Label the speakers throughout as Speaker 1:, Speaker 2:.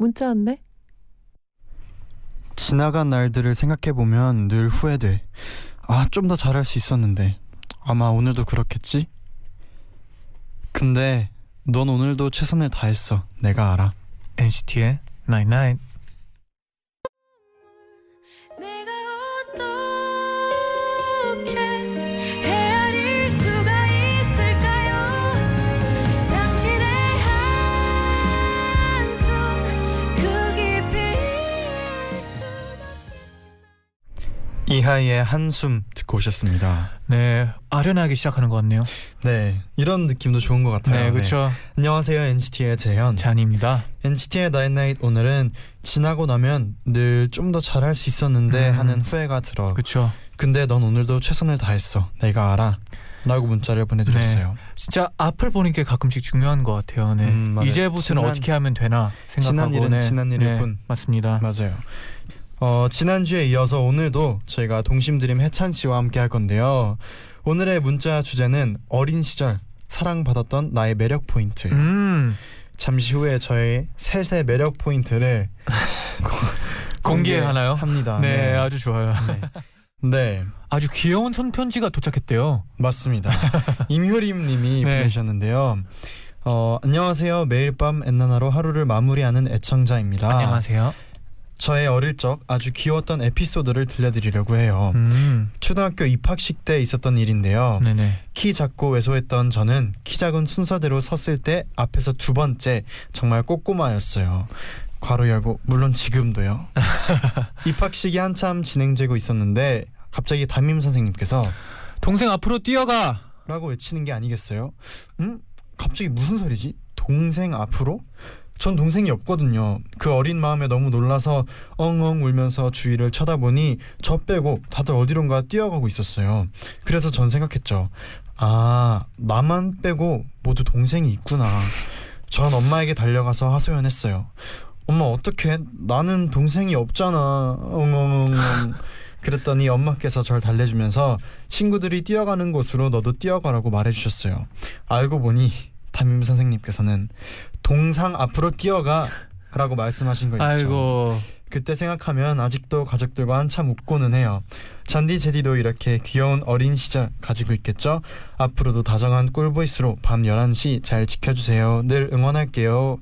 Speaker 1: 문자 왔네.
Speaker 2: 지나간 날들을 생각해보면 늘 후회돼. 아, 좀 더 잘할 수 있었는데. 아마 오늘도 그렇겠지? 근데 넌 오늘도 최선을 다했어. 내가 알아.
Speaker 3: NCT의 Night Night.
Speaker 4: 내가 어떻게 헤아릴 수가 있을까요? 당신의 한숨 그 깊이 수없겠지
Speaker 2: 이하이의 한숨 듣고 오셨습니다.
Speaker 3: 네, 아련하게 시작하는 것 같네요.
Speaker 2: 네, 이런 느낌도 좋은 것 같아요.
Speaker 3: 네, 그렇죠.
Speaker 2: 안녕하세요, NCT의 재현.
Speaker 3: 잔입니다.
Speaker 2: NCT의 나잇나잇 오늘은 지나고 나면 늘 좀 더 잘할 수 있었는데
Speaker 3: 음.
Speaker 2: 하는 후회가 들어.
Speaker 3: 그렇죠.
Speaker 2: 근데 넌 오늘도 최선을 다했어. 내가 알아. 라고 문자를 보내드렸어요.
Speaker 3: 진짜 앞을 보는 게 가끔씩 중요한 것 같아요. 네.
Speaker 2: 음, 맞아요.
Speaker 3: 이제부터는
Speaker 2: 지난-
Speaker 3: 어떻게 하면 되나 생각하고
Speaker 2: 지난 일은
Speaker 3: 네.
Speaker 2: 지난 일일
Speaker 3: 네,
Speaker 2: 뿐.
Speaker 3: 맞습니다.
Speaker 2: 맞아요. 어, 지난주에 이어서 오늘도 저희가 동심드림 해찬 씨와 함께 할 건데요. 오늘의 문자 주제는 어린 시절 사랑받았던 나의 매력 포인트.
Speaker 3: 음,
Speaker 2: 잠시 후에 저희 셋의 매력 포인트를
Speaker 3: 공개 하나요?
Speaker 2: 합니다.
Speaker 3: 네, 아주 좋아요.
Speaker 2: 네. 네,
Speaker 3: 아주 귀여운 손편지가 도착했대요.
Speaker 2: 맞습니다.
Speaker 3: 네.
Speaker 2: 임효림님이 보내주셨는데요. 어, 안녕하세요. 매일 밤 엔나나로 하루를 마무리하는 애청자입니다.
Speaker 3: 안녕하세요.
Speaker 2: 저의 어릴 적 아주 귀여웠던 에피소드를 들려드리려고 해요.
Speaker 3: 음,
Speaker 2: 초등학교 입학식 때 있었던 일인데요.
Speaker 3: 네네.
Speaker 2: 키 작고 왜소했던 저는 키 작은 순서대로 섰을 때 앞에서 두 번째 정말 꼬꼬마였어요. 괄호 열고 물론 지금도요. 입학식이 한참 진행되고 있었는데 갑자기 담임 선생님께서
Speaker 3: 동생 앞으로 뛰어가.
Speaker 2: 라고 외치는 게 아니겠어요? 음? 갑자기 무슨 소리지? 동생 앞으로? 전 동생이 없거든요. 그 어린 마음에 너무 놀라서 엉엉 울면서 주위를 쳐다보니 저 빼고 다들 어디론가 뛰어가고 있었어요. 그래서 전 생각했죠. 아, 나만 빼고 모두 동생이 있구나. 전 엄마에게 달려가서 하소연했어요. 엄마 어떡해? 나는 동생이 없잖아. 엉엉엉. 그랬더니 엄마께서 절 달래주면서 친구들이 뛰어가는 곳으로 너도 뛰어가라고 말해주셨어요. 알고 보니 담임 선생님께서는 동상 앞으로 뛰어가라고 말씀하신 거 있죠.
Speaker 3: 아이고,
Speaker 2: 그때 생각하면 아직도 가족들과 한참 웃고는 해요. 잔디 제디도 이렇게 귀여운 어린 시절 가지고 있겠죠? 앞으로도 다정한 꿀보이스로 밤 11시 잘 지켜주세요. 늘 응원할게요.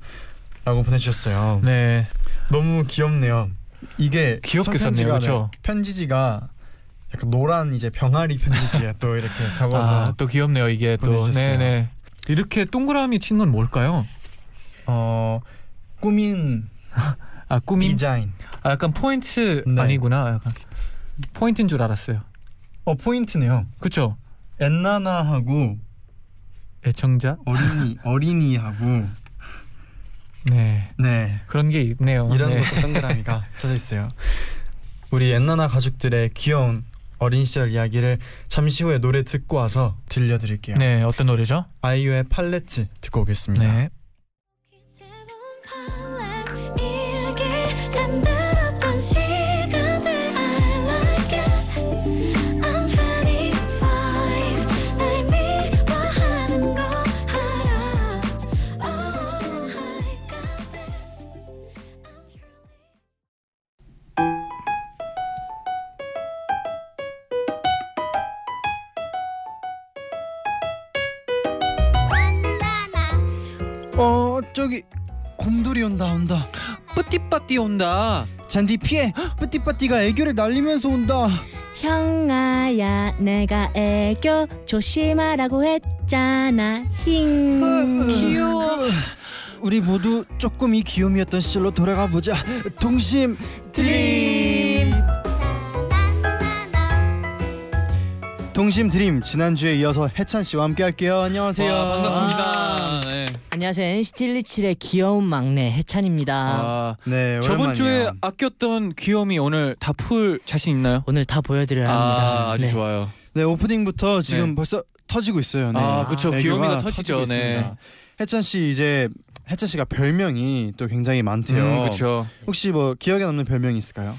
Speaker 2: 라고 보내주셨어요.
Speaker 3: 네,
Speaker 2: 너무 귀엽네요. 이게
Speaker 3: 귀엽게 썼네요,
Speaker 2: 손편지가
Speaker 3: 그렇죠?
Speaker 2: 편지지가 약간 노란 이제 병아리 편지지에 또 이렇게 적어서
Speaker 3: 아, 또 귀엽네요. 이게 또,
Speaker 2: 보내주셨어요.
Speaker 3: 네네. 이렇게 동그라미 친 건 뭘까요?
Speaker 2: 어 꾸민
Speaker 3: 아, 꿈이.
Speaker 2: 디자인.
Speaker 3: 아, 약간 포인트
Speaker 2: 네.
Speaker 3: 아니구나. 약간 포인트인 줄 알았어요.
Speaker 2: 어 포인트네요.
Speaker 3: 그쵸?
Speaker 2: 엔나나하고
Speaker 3: 애청자?
Speaker 2: 어린이 어린이하고
Speaker 3: 네.
Speaker 2: 네
Speaker 3: 그런 게 있네요.
Speaker 2: 이런
Speaker 3: 네.
Speaker 2: 곳에 동그라미가 쳐져 있어요. 우리 엔나나 가족들의 귀여운 어린 시절 이야기를 잠시 후에 노래 듣고 와서 들려드릴게요.
Speaker 3: 네, 어떤 노래죠?
Speaker 2: 아이유의 팔레트 듣고 오겠습니다.
Speaker 3: 네.
Speaker 4: 기체본 팔레트 일기 잠들었던 시간들 I like it I'm 25 날 미워하는 거 알아 Oh I got this I'm truly
Speaker 2: 어 저기 곰돌이 온다 온다.
Speaker 3: 뿌띠빠띠 온다.
Speaker 2: 잔디 피해. 뿌띠빠띠가 애교를 날리면서 온다.
Speaker 5: 형아야 내가 애교 조심하라고 했잖아 힝
Speaker 2: 어, 귀여워. 우리 모두 조금 이 귀요미였던 시절로 돌아가 보자. 동심 드림. 동심 드림 지난주에 이어서 해찬 씨와 함께 할게요. 안녕하세요.
Speaker 3: 와, 반갑습니다. 네.
Speaker 6: 안녕하세요 NCT 127의 귀여운 막내 해찬입니다.
Speaker 3: 아,
Speaker 7: 네,
Speaker 3: 저번
Speaker 7: 오랜만이에요.
Speaker 3: 주에 아꼈던 귀염이 오늘 다 풀 자신 있나요?
Speaker 6: 오늘 다 보여드려야 합니다.
Speaker 3: 아, 아주
Speaker 6: 네.
Speaker 3: 좋아요.
Speaker 2: 네 오프닝부터 지금
Speaker 3: 네.
Speaker 2: 벌써 터지고 있어요. 네.
Speaker 3: 아, 그쵸.
Speaker 2: 애교가
Speaker 3: 귀요미가
Speaker 2: 터지고
Speaker 3: 터지죠. 네.
Speaker 2: 있습니다. 해찬 씨 이제 해찬 씨가 별명이 또 굉장히 많대요.
Speaker 3: 음, 그쵸.
Speaker 2: 혹시 뭐 기억에 남는 별명이 있을까요?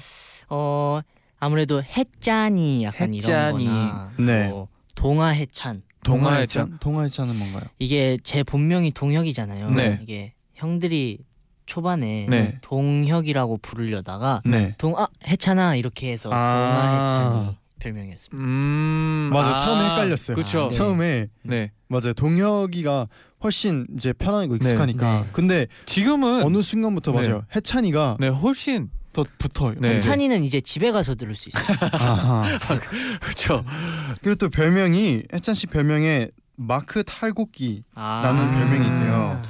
Speaker 6: 어 아무래도 해짠이 약간
Speaker 3: 해짠이.
Speaker 6: 이런 거나
Speaker 2: 네.
Speaker 6: 뭐 동아 해찬
Speaker 3: 동화 해찬.
Speaker 2: 동화 해찬은 뭔가요?
Speaker 6: 이게 제 본명이 동혁이잖아요.
Speaker 3: 네.
Speaker 6: 이게 형들이 초반에
Speaker 3: 네. 음.
Speaker 6: 동혁이라고 부르려다가
Speaker 2: 네.
Speaker 6: 동아 해찬아 이렇게 해서
Speaker 2: 아.
Speaker 6: 동아 해찬이 별명이었습니다.
Speaker 3: 음.
Speaker 2: 맞아, 처음에 헷갈렸어요. 아,
Speaker 3: 그쵸.
Speaker 6: 네.
Speaker 2: 처음에
Speaker 3: 네.
Speaker 2: 맞아요. 동혁이가 훨씬 이제 편하고 익숙하니까.
Speaker 6: 네.
Speaker 2: 근데
Speaker 3: 지금은
Speaker 2: 어느 순간부터
Speaker 3: 네.
Speaker 2: 맞아요. 해찬이가
Speaker 3: 네, 훨씬
Speaker 2: 더 붙어요.
Speaker 3: 네.
Speaker 6: 찬이는 이제 집에 가서 들을 수 있어요.
Speaker 2: 아하.
Speaker 3: 그쵸.
Speaker 2: 그리고 또 별명이 해찬 씨 별명에 마크 탈곡기
Speaker 6: 아.
Speaker 2: 라는 별명이 있대요.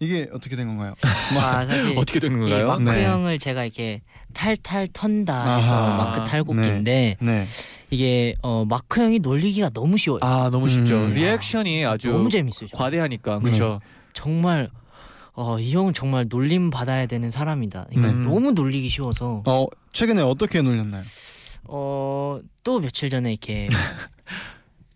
Speaker 2: 이게 어떻게 된 건가요?
Speaker 6: 아 사실
Speaker 3: 어떻게 된
Speaker 6: 이
Speaker 3: 건가요?
Speaker 6: 마크
Speaker 2: 네.
Speaker 6: 형을 제가 이렇게 탈탈 턴다 해서
Speaker 2: 아하.
Speaker 6: 마크 탈곡기인데
Speaker 2: 네.
Speaker 6: 이게 어, 마크 형이 놀리기가 너무 쉬워요.
Speaker 3: 아, 너무 쉽죠.
Speaker 2: 음. 네.
Speaker 3: 리액션이 아주
Speaker 6: 너무 재밌어요. 저는.
Speaker 3: 과대하니까. 그쵸.
Speaker 6: 정말 어, 이 형은 정말 놀림 받아야 되는 사람이다. 이거
Speaker 3: 음.
Speaker 2: 네.
Speaker 6: 너무 놀리기 쉬워서
Speaker 2: 어 최근에 어떻게 놀렸나요?
Speaker 6: 어, 또 며칠 전에 이렇게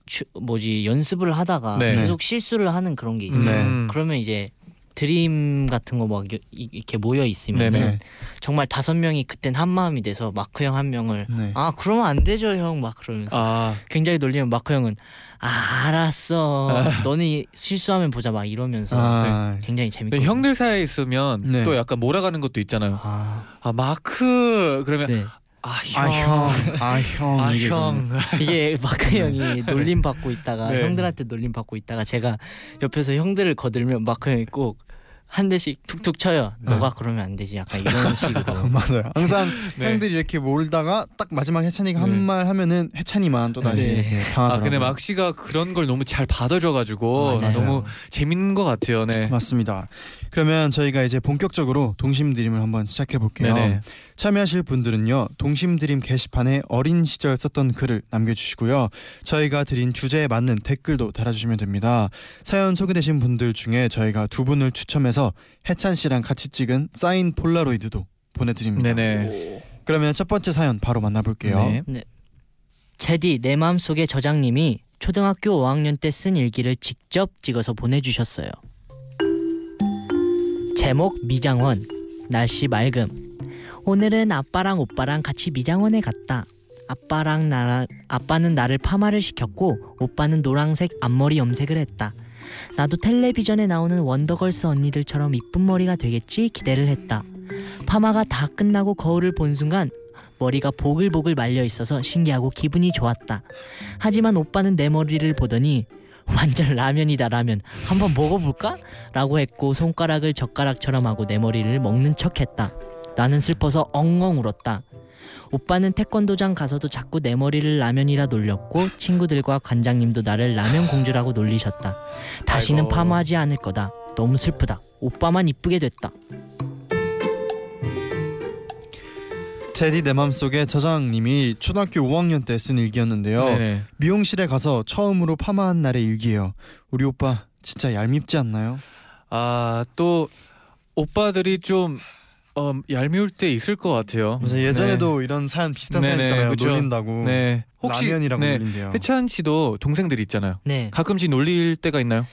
Speaker 6: 추, 뭐지 연습을 하다가
Speaker 3: 네.
Speaker 6: 계속 실수를 하는 그런 게 있어요.
Speaker 2: 네.
Speaker 3: 음.
Speaker 6: 그러면 이제 드림 같은 거 막 이렇게 모여 있으면
Speaker 3: 네네.
Speaker 6: 은 정말 다섯 명이 그땐 한 마음이 돼서 마크 형 한 명을
Speaker 2: 네.
Speaker 6: 아 그러면 안 되죠 형 막 그러면서
Speaker 3: 아,
Speaker 6: 굉장히 놀리면 마크 형은 아 알았어
Speaker 3: 아.
Speaker 6: 너는 실수하면 보자 막 이러면서
Speaker 2: 아,
Speaker 6: 굉장히 재밌고
Speaker 3: 근데 네, 형들 사이에 있으면
Speaker 2: 네.
Speaker 3: 또 약간 몰아가는 것도 있잖아요.
Speaker 6: 아,
Speaker 3: 아, 마크. 그러면
Speaker 6: 네.
Speaker 3: 아, 형.
Speaker 2: 아 형, 아 형,
Speaker 3: 아,
Speaker 2: 이게
Speaker 3: 형.
Speaker 6: 이게 마크 형이 놀림 받고 있다가
Speaker 3: 네.
Speaker 6: 형들한테 놀림 받고 있다가 제가 옆에서 형들을 거들면 마크 형이 꼭 한 대씩 툭툭 쳐요. 너가 그러면 안 되지. 약간 이런 식으로.
Speaker 2: 그러면. 맞아요. 항상
Speaker 3: 네.
Speaker 2: 형들이 이렇게 몰다가 딱 마지막 해찬이가
Speaker 3: 네.
Speaker 2: 한 말 하면은 해찬이만 또 다시
Speaker 6: 네.
Speaker 2: 이렇게
Speaker 3: 아,
Speaker 2: 당하더라고요.
Speaker 3: 근데 막 씨가 그런 걸 너무 잘 받아줘가지고
Speaker 6: 맞아요.
Speaker 3: 너무 재밌는 것 같아요. 네.
Speaker 2: 맞습니다. 그러면 저희가 이제 본격적으로 동심드림을 한번 시작해 볼게요.
Speaker 3: 네네.
Speaker 2: 참여하실 분들은요 동심드림 게시판에 어린 시절 썼던 글을 남겨주시고요 저희가 드린 주제에 맞는 댓글도 달아주시면 됩니다 사연 소개되신 분들 중에 저희가 두 분을 추첨해서 해찬 씨랑 같이 찍은 사인 폴라로이드도 보내드립니다
Speaker 3: 네네.
Speaker 2: 그러면 첫 번째 사연 바로 만나볼게요
Speaker 3: 네.
Speaker 6: 제디 내 마음속의 저장님이 초등학교 5학년 때 쓴 일기를 직접 찍어서 보내주셨어요. 제목 미장원 날씨 맑음 오늘은 아빠랑 오빠랑 같이 미장원에 갔다. 아빠랑 나 아빠는 나를 파마를 시켰고 오빠는 노란색 앞머리 염색을 했다. 나도 텔레비전에 나오는 원더걸스 언니들처럼 이쁜 머리가 되겠지 기대를 했다. 파마가 다 끝나고 거울을 본 순간 머리가 보글보글 말려 있어서 신기하고 기분이 좋았다. 하지만 오빠는 내 머리를 보더니 완전 라면이다 라면 한번 먹어볼까? 라고 했고 손가락을 젓가락처럼 하고 내 머리를 먹는 척했다. 나는 슬퍼서 엉엉 울었다. 오빠는 태권도장 가서도 자꾸 내 머리를 라면이라 놀렸고 친구들과 관장님도 나를 라면 공주라고 놀리셨다. 다시는
Speaker 3: 아이고.
Speaker 6: 파마하지 않을 거다. 너무 슬프다. 오빠만 이쁘게 됐다.
Speaker 2: 제디 내 맘속에 저장님이 초등학교 5학년 때 쓴 일기였는데요
Speaker 3: 네네.
Speaker 2: 미용실에 가서 처음으로 파마한 날의 일기예요 우리 오빠 진짜 얄밉지 않나요?
Speaker 3: 아, 또 오빠들이 좀 어, 얄미울 때 있을 것 같아요.
Speaker 2: 그래서 예전에도 이런 사연 비슷한 사연
Speaker 3: 음, 네. 네네,
Speaker 2: 있잖아요
Speaker 3: 그쵸.
Speaker 2: 놀린다고
Speaker 3: 네. 네. 혹시
Speaker 2: 라면이라고
Speaker 3: 네.
Speaker 2: 불린대요.
Speaker 3: 해찬 씨도 동생들 있잖아요.
Speaker 6: 네.
Speaker 3: 가끔씩 놀릴 때가 있나요?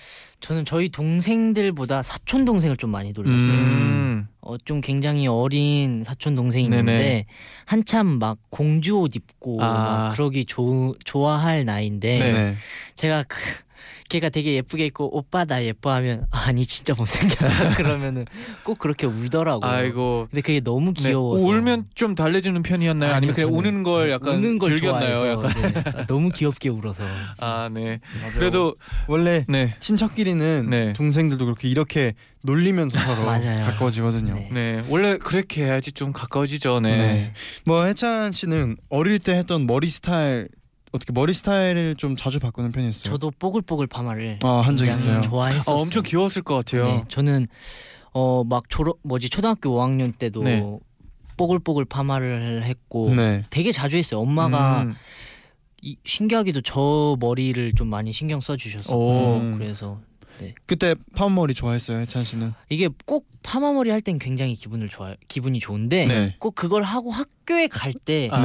Speaker 6: 저는 저희 동생들보다 사촌 동생을 좀 많이 놀렸어요.
Speaker 3: 음.
Speaker 6: 어, 좀 굉장히 어린 사촌 동생이 있는데
Speaker 3: 네네.
Speaker 6: 한참 막 공주 옷 입고
Speaker 3: 아.
Speaker 6: 막 그러기 조, 좋아할 나이인데
Speaker 3: 네.
Speaker 6: 제가 그, 걔가 되게 예쁘게 입고 오빠 나 예뻐하면 아니 진짜 못생겼어 그러면은 꼭 그렇게 울더라고요.
Speaker 3: 아이고.
Speaker 6: 근데 그게 너무
Speaker 3: 네.
Speaker 6: 귀여워서
Speaker 3: 울면 좀 달래주는 편이었나요?
Speaker 6: 아니요,
Speaker 3: 아니면 그냥
Speaker 6: 저는
Speaker 3: 우는 걸 약간
Speaker 6: 우는 걸
Speaker 3: 즐겼나요?
Speaker 6: 좋아해서,
Speaker 3: 약간.
Speaker 6: 네. 너무 귀엽게 울어서
Speaker 3: 아, 네. 그래도
Speaker 6: 음.
Speaker 2: 원래
Speaker 3: 네.
Speaker 2: 친척끼리는
Speaker 3: 네.
Speaker 2: 동생들도 그렇게 이렇게 놀리면서 서로
Speaker 6: 맞아요.
Speaker 2: 가까워지거든요.
Speaker 6: 네.
Speaker 3: 네. 원래 그렇게 해야지 좀 가까워지죠.
Speaker 2: 네.
Speaker 3: 네.
Speaker 2: 뭐 해찬 씨는 어릴 때 했던 머리 스타일 어떻게 머리 스타일을 좀 자주 바꾸는 편이었어요?
Speaker 6: 저도 뽀글뽀글 파마를
Speaker 2: 아한 적
Speaker 6: 굉장히
Speaker 2: 있어요.
Speaker 3: 아,
Speaker 6: 좋아했었어요.
Speaker 3: 엄청 귀여웠을 것 같아요.
Speaker 6: 네, 저는 어 막 졸업 뭐지 초등학교 5학년 때도
Speaker 3: 네.
Speaker 6: 뽀글뽀글 파마를 했고
Speaker 2: 네.
Speaker 6: 되게 자주 했어요. 엄마가
Speaker 3: 음.
Speaker 6: 이, 신기하게도 저 머리를 좀 많이 신경 써 주셨었고
Speaker 3: 오.
Speaker 6: 그래서 네.
Speaker 2: 그때 파운머리 좋아했어요, 찬 씨는?
Speaker 6: 이게 꼭 파마머리 할 땐 굉장히 기분을 좋아 기분이 좋은데
Speaker 2: 네.
Speaker 6: 꼭 그걸 하고 학교에 갈 때 아
Speaker 3: 아,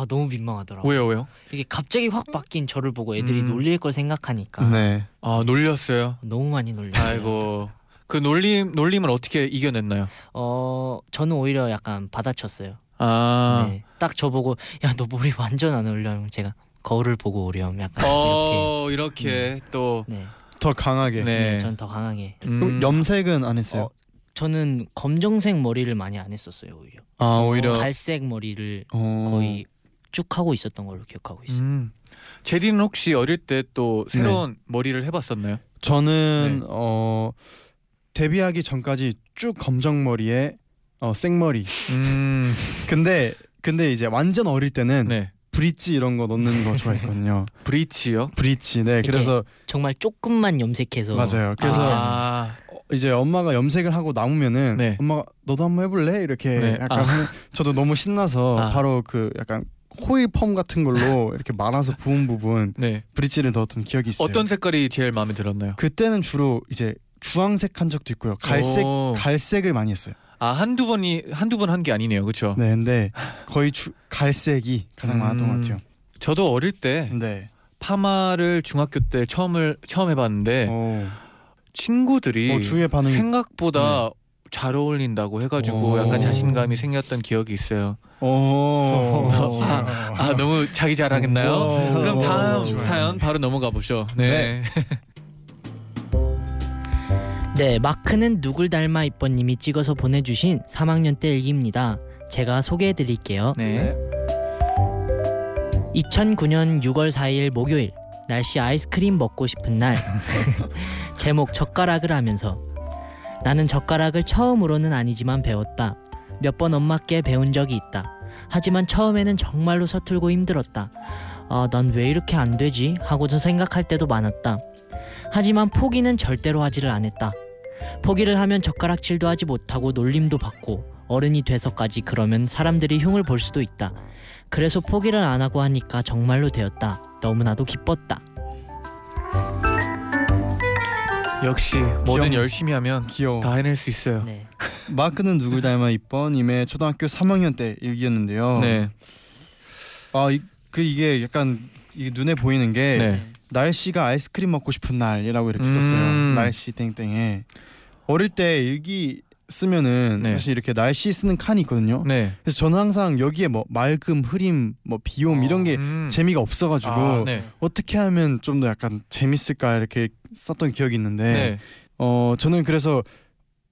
Speaker 2: 네.
Speaker 6: 너무 민망하더라고.
Speaker 3: 왜요 왜요?
Speaker 6: 이게 갑자기 확 바뀐 저를 보고 애들이
Speaker 3: 음.
Speaker 6: 놀릴 걸 생각하니까
Speaker 2: 네.
Speaker 3: 아 놀렸어요.
Speaker 6: 너무 많이 놀렸어요.
Speaker 3: 아이고 그 놀림 놀림을 어떻게 이겨냈나요?
Speaker 6: 어 저는 오히려 약간 받아쳤어요.
Speaker 3: 아
Speaker 6: 네. 딱 저보고 야 너 머리 완전 안 어울려. 제가 거울을 보고 오렴 약간
Speaker 3: 어, 이렇게 또
Speaker 6: 이렇게. 네.
Speaker 2: 더 강하게.
Speaker 3: 네.
Speaker 6: 네. 전 더 강하게.
Speaker 2: 그럼
Speaker 3: 음,
Speaker 2: 염색은 안 했어요.
Speaker 6: 저는 검정색 머리를 많이 안 했었어요 오히려.
Speaker 2: 아 오히려
Speaker 6: 갈색 머리를
Speaker 2: 어,
Speaker 6: 거의 쭉 하고 있었던 걸로 기억하고 있어요.
Speaker 3: 음. 제디는 혹시 어릴 때 또
Speaker 6: 네.
Speaker 3: 새로운 머리를 해봤었나요?
Speaker 2: 저는
Speaker 3: 네.
Speaker 2: 어 데뷔하기 전까지 쭉 검정 머리에 어 생머리.
Speaker 3: 음,
Speaker 2: 근데 근데 이제 완전 어릴 때는
Speaker 3: 네.
Speaker 2: 브릿지 이런 거 넣는 거 좋아했거든요.
Speaker 3: 브릿지요?
Speaker 2: 브릿지. 네.
Speaker 6: 이렇게
Speaker 2: 그래서
Speaker 6: 정말 조금만 염색해서
Speaker 2: 맞아요. 그래서
Speaker 3: 아,
Speaker 2: 이제 엄마가 염색을 하고 나오면은
Speaker 3: 네.
Speaker 2: 엄마가 너도 한번 해볼래 이렇게
Speaker 3: 네.
Speaker 2: 약간
Speaker 3: 아.
Speaker 2: 하는- 저도 너무 신나서
Speaker 3: 아.
Speaker 2: 바로 그 약간 호일 펌 같은 걸로 이렇게 말아서 부은 부분
Speaker 3: 네.
Speaker 2: 브릿지를 넣었던 기억이 있어요.
Speaker 3: 어떤 색깔이 제일 마음에 들었나요?
Speaker 2: 그때는 주로 이제 주황색 한 적도 있고요. 갈색
Speaker 3: 오.
Speaker 2: 갈색을 많이 했어요.
Speaker 3: 아 한두 번이 한두 번 한 게 아니네요, 그렇죠?
Speaker 2: 네, 근데 거의 주, 갈색이 가장 많았던
Speaker 3: 음.
Speaker 2: 것 같아요.
Speaker 3: 저도 어릴 때
Speaker 2: 네.
Speaker 3: 파마를 중학교 때 처음을 처음 해봤는데
Speaker 2: 어,
Speaker 3: 네. 친구들이
Speaker 2: 어, 주위의 반응이 네.
Speaker 3: 생각보다 잘 어울린다고 해가지고
Speaker 2: 오.
Speaker 3: 약간 자신감이 생겼던 기억이 있어요.
Speaker 2: 어.
Speaker 3: 아 너무 자기 자랑했나요?
Speaker 2: 오.
Speaker 3: 그럼 다음
Speaker 2: 오, 좋아요.
Speaker 3: 사연 바로 넘어가 보죠. 네.
Speaker 6: 네, 마크는 누굴 닮아 이뻐님이 찍어서 보내주신 3학년 때 일기입니다. 제가 소개해드릴게요.
Speaker 3: 네.
Speaker 6: 2009년 6월 4일 목요일 날씨 아이스크림 먹고 싶은 날 제목 젓가락을 하면서 나는 젓가락을 처음으로는 아니지만 배웠다 몇 번 엄마께 배운 적이 있다 하지만 처음에는 정말로 서툴고 힘들었다 아 난 왜 이렇게 안 되지 하고서 생각할 때도 많았다 하지만 포기는 절대로 하지를 않았다 포기를 하면 젓가락질도 하지 못하고 놀림도 받고 어른이 돼서까지 그러면 사람들이 흉을 볼 수도 있다 그래서 포기를 안 하고 하니까 정말로 되었다. 너무나도 기뻤다.
Speaker 3: 역시 뭐든
Speaker 2: 귀여운-
Speaker 3: 열심히 하면
Speaker 2: 귀여워.
Speaker 3: 다 해낼 수 있어요. 네.
Speaker 6: 네.
Speaker 2: 마크는 누굴 닮아 이뻐님의 초등학교 3학년 때 일기였는데요.
Speaker 3: 네.
Speaker 2: 아, 이, 그 이게 약간 이게 눈에 보이는 게
Speaker 3: 네.
Speaker 2: 날씨가 아이스크림 먹고 싶은 날이라고 이렇게
Speaker 3: 음.
Speaker 2: 썼어요. 날씨 땡땡에 어릴 때 일기 쓰면은
Speaker 3: 네.
Speaker 2: 사실 이렇게 날씨 쓰는 칸이 있거든요.
Speaker 3: 네.
Speaker 2: 그래서 저는 항상 여기에 뭐 맑음, 흐림, 뭐 비옴 이런 게
Speaker 3: 음.
Speaker 2: 재미가 없어가지고
Speaker 3: 아, 네.
Speaker 2: 어떻게 하면 좀 더 약간 재밌을까 이렇게 썼던 기억이 있는데
Speaker 3: 네.
Speaker 2: 어 저는 그래서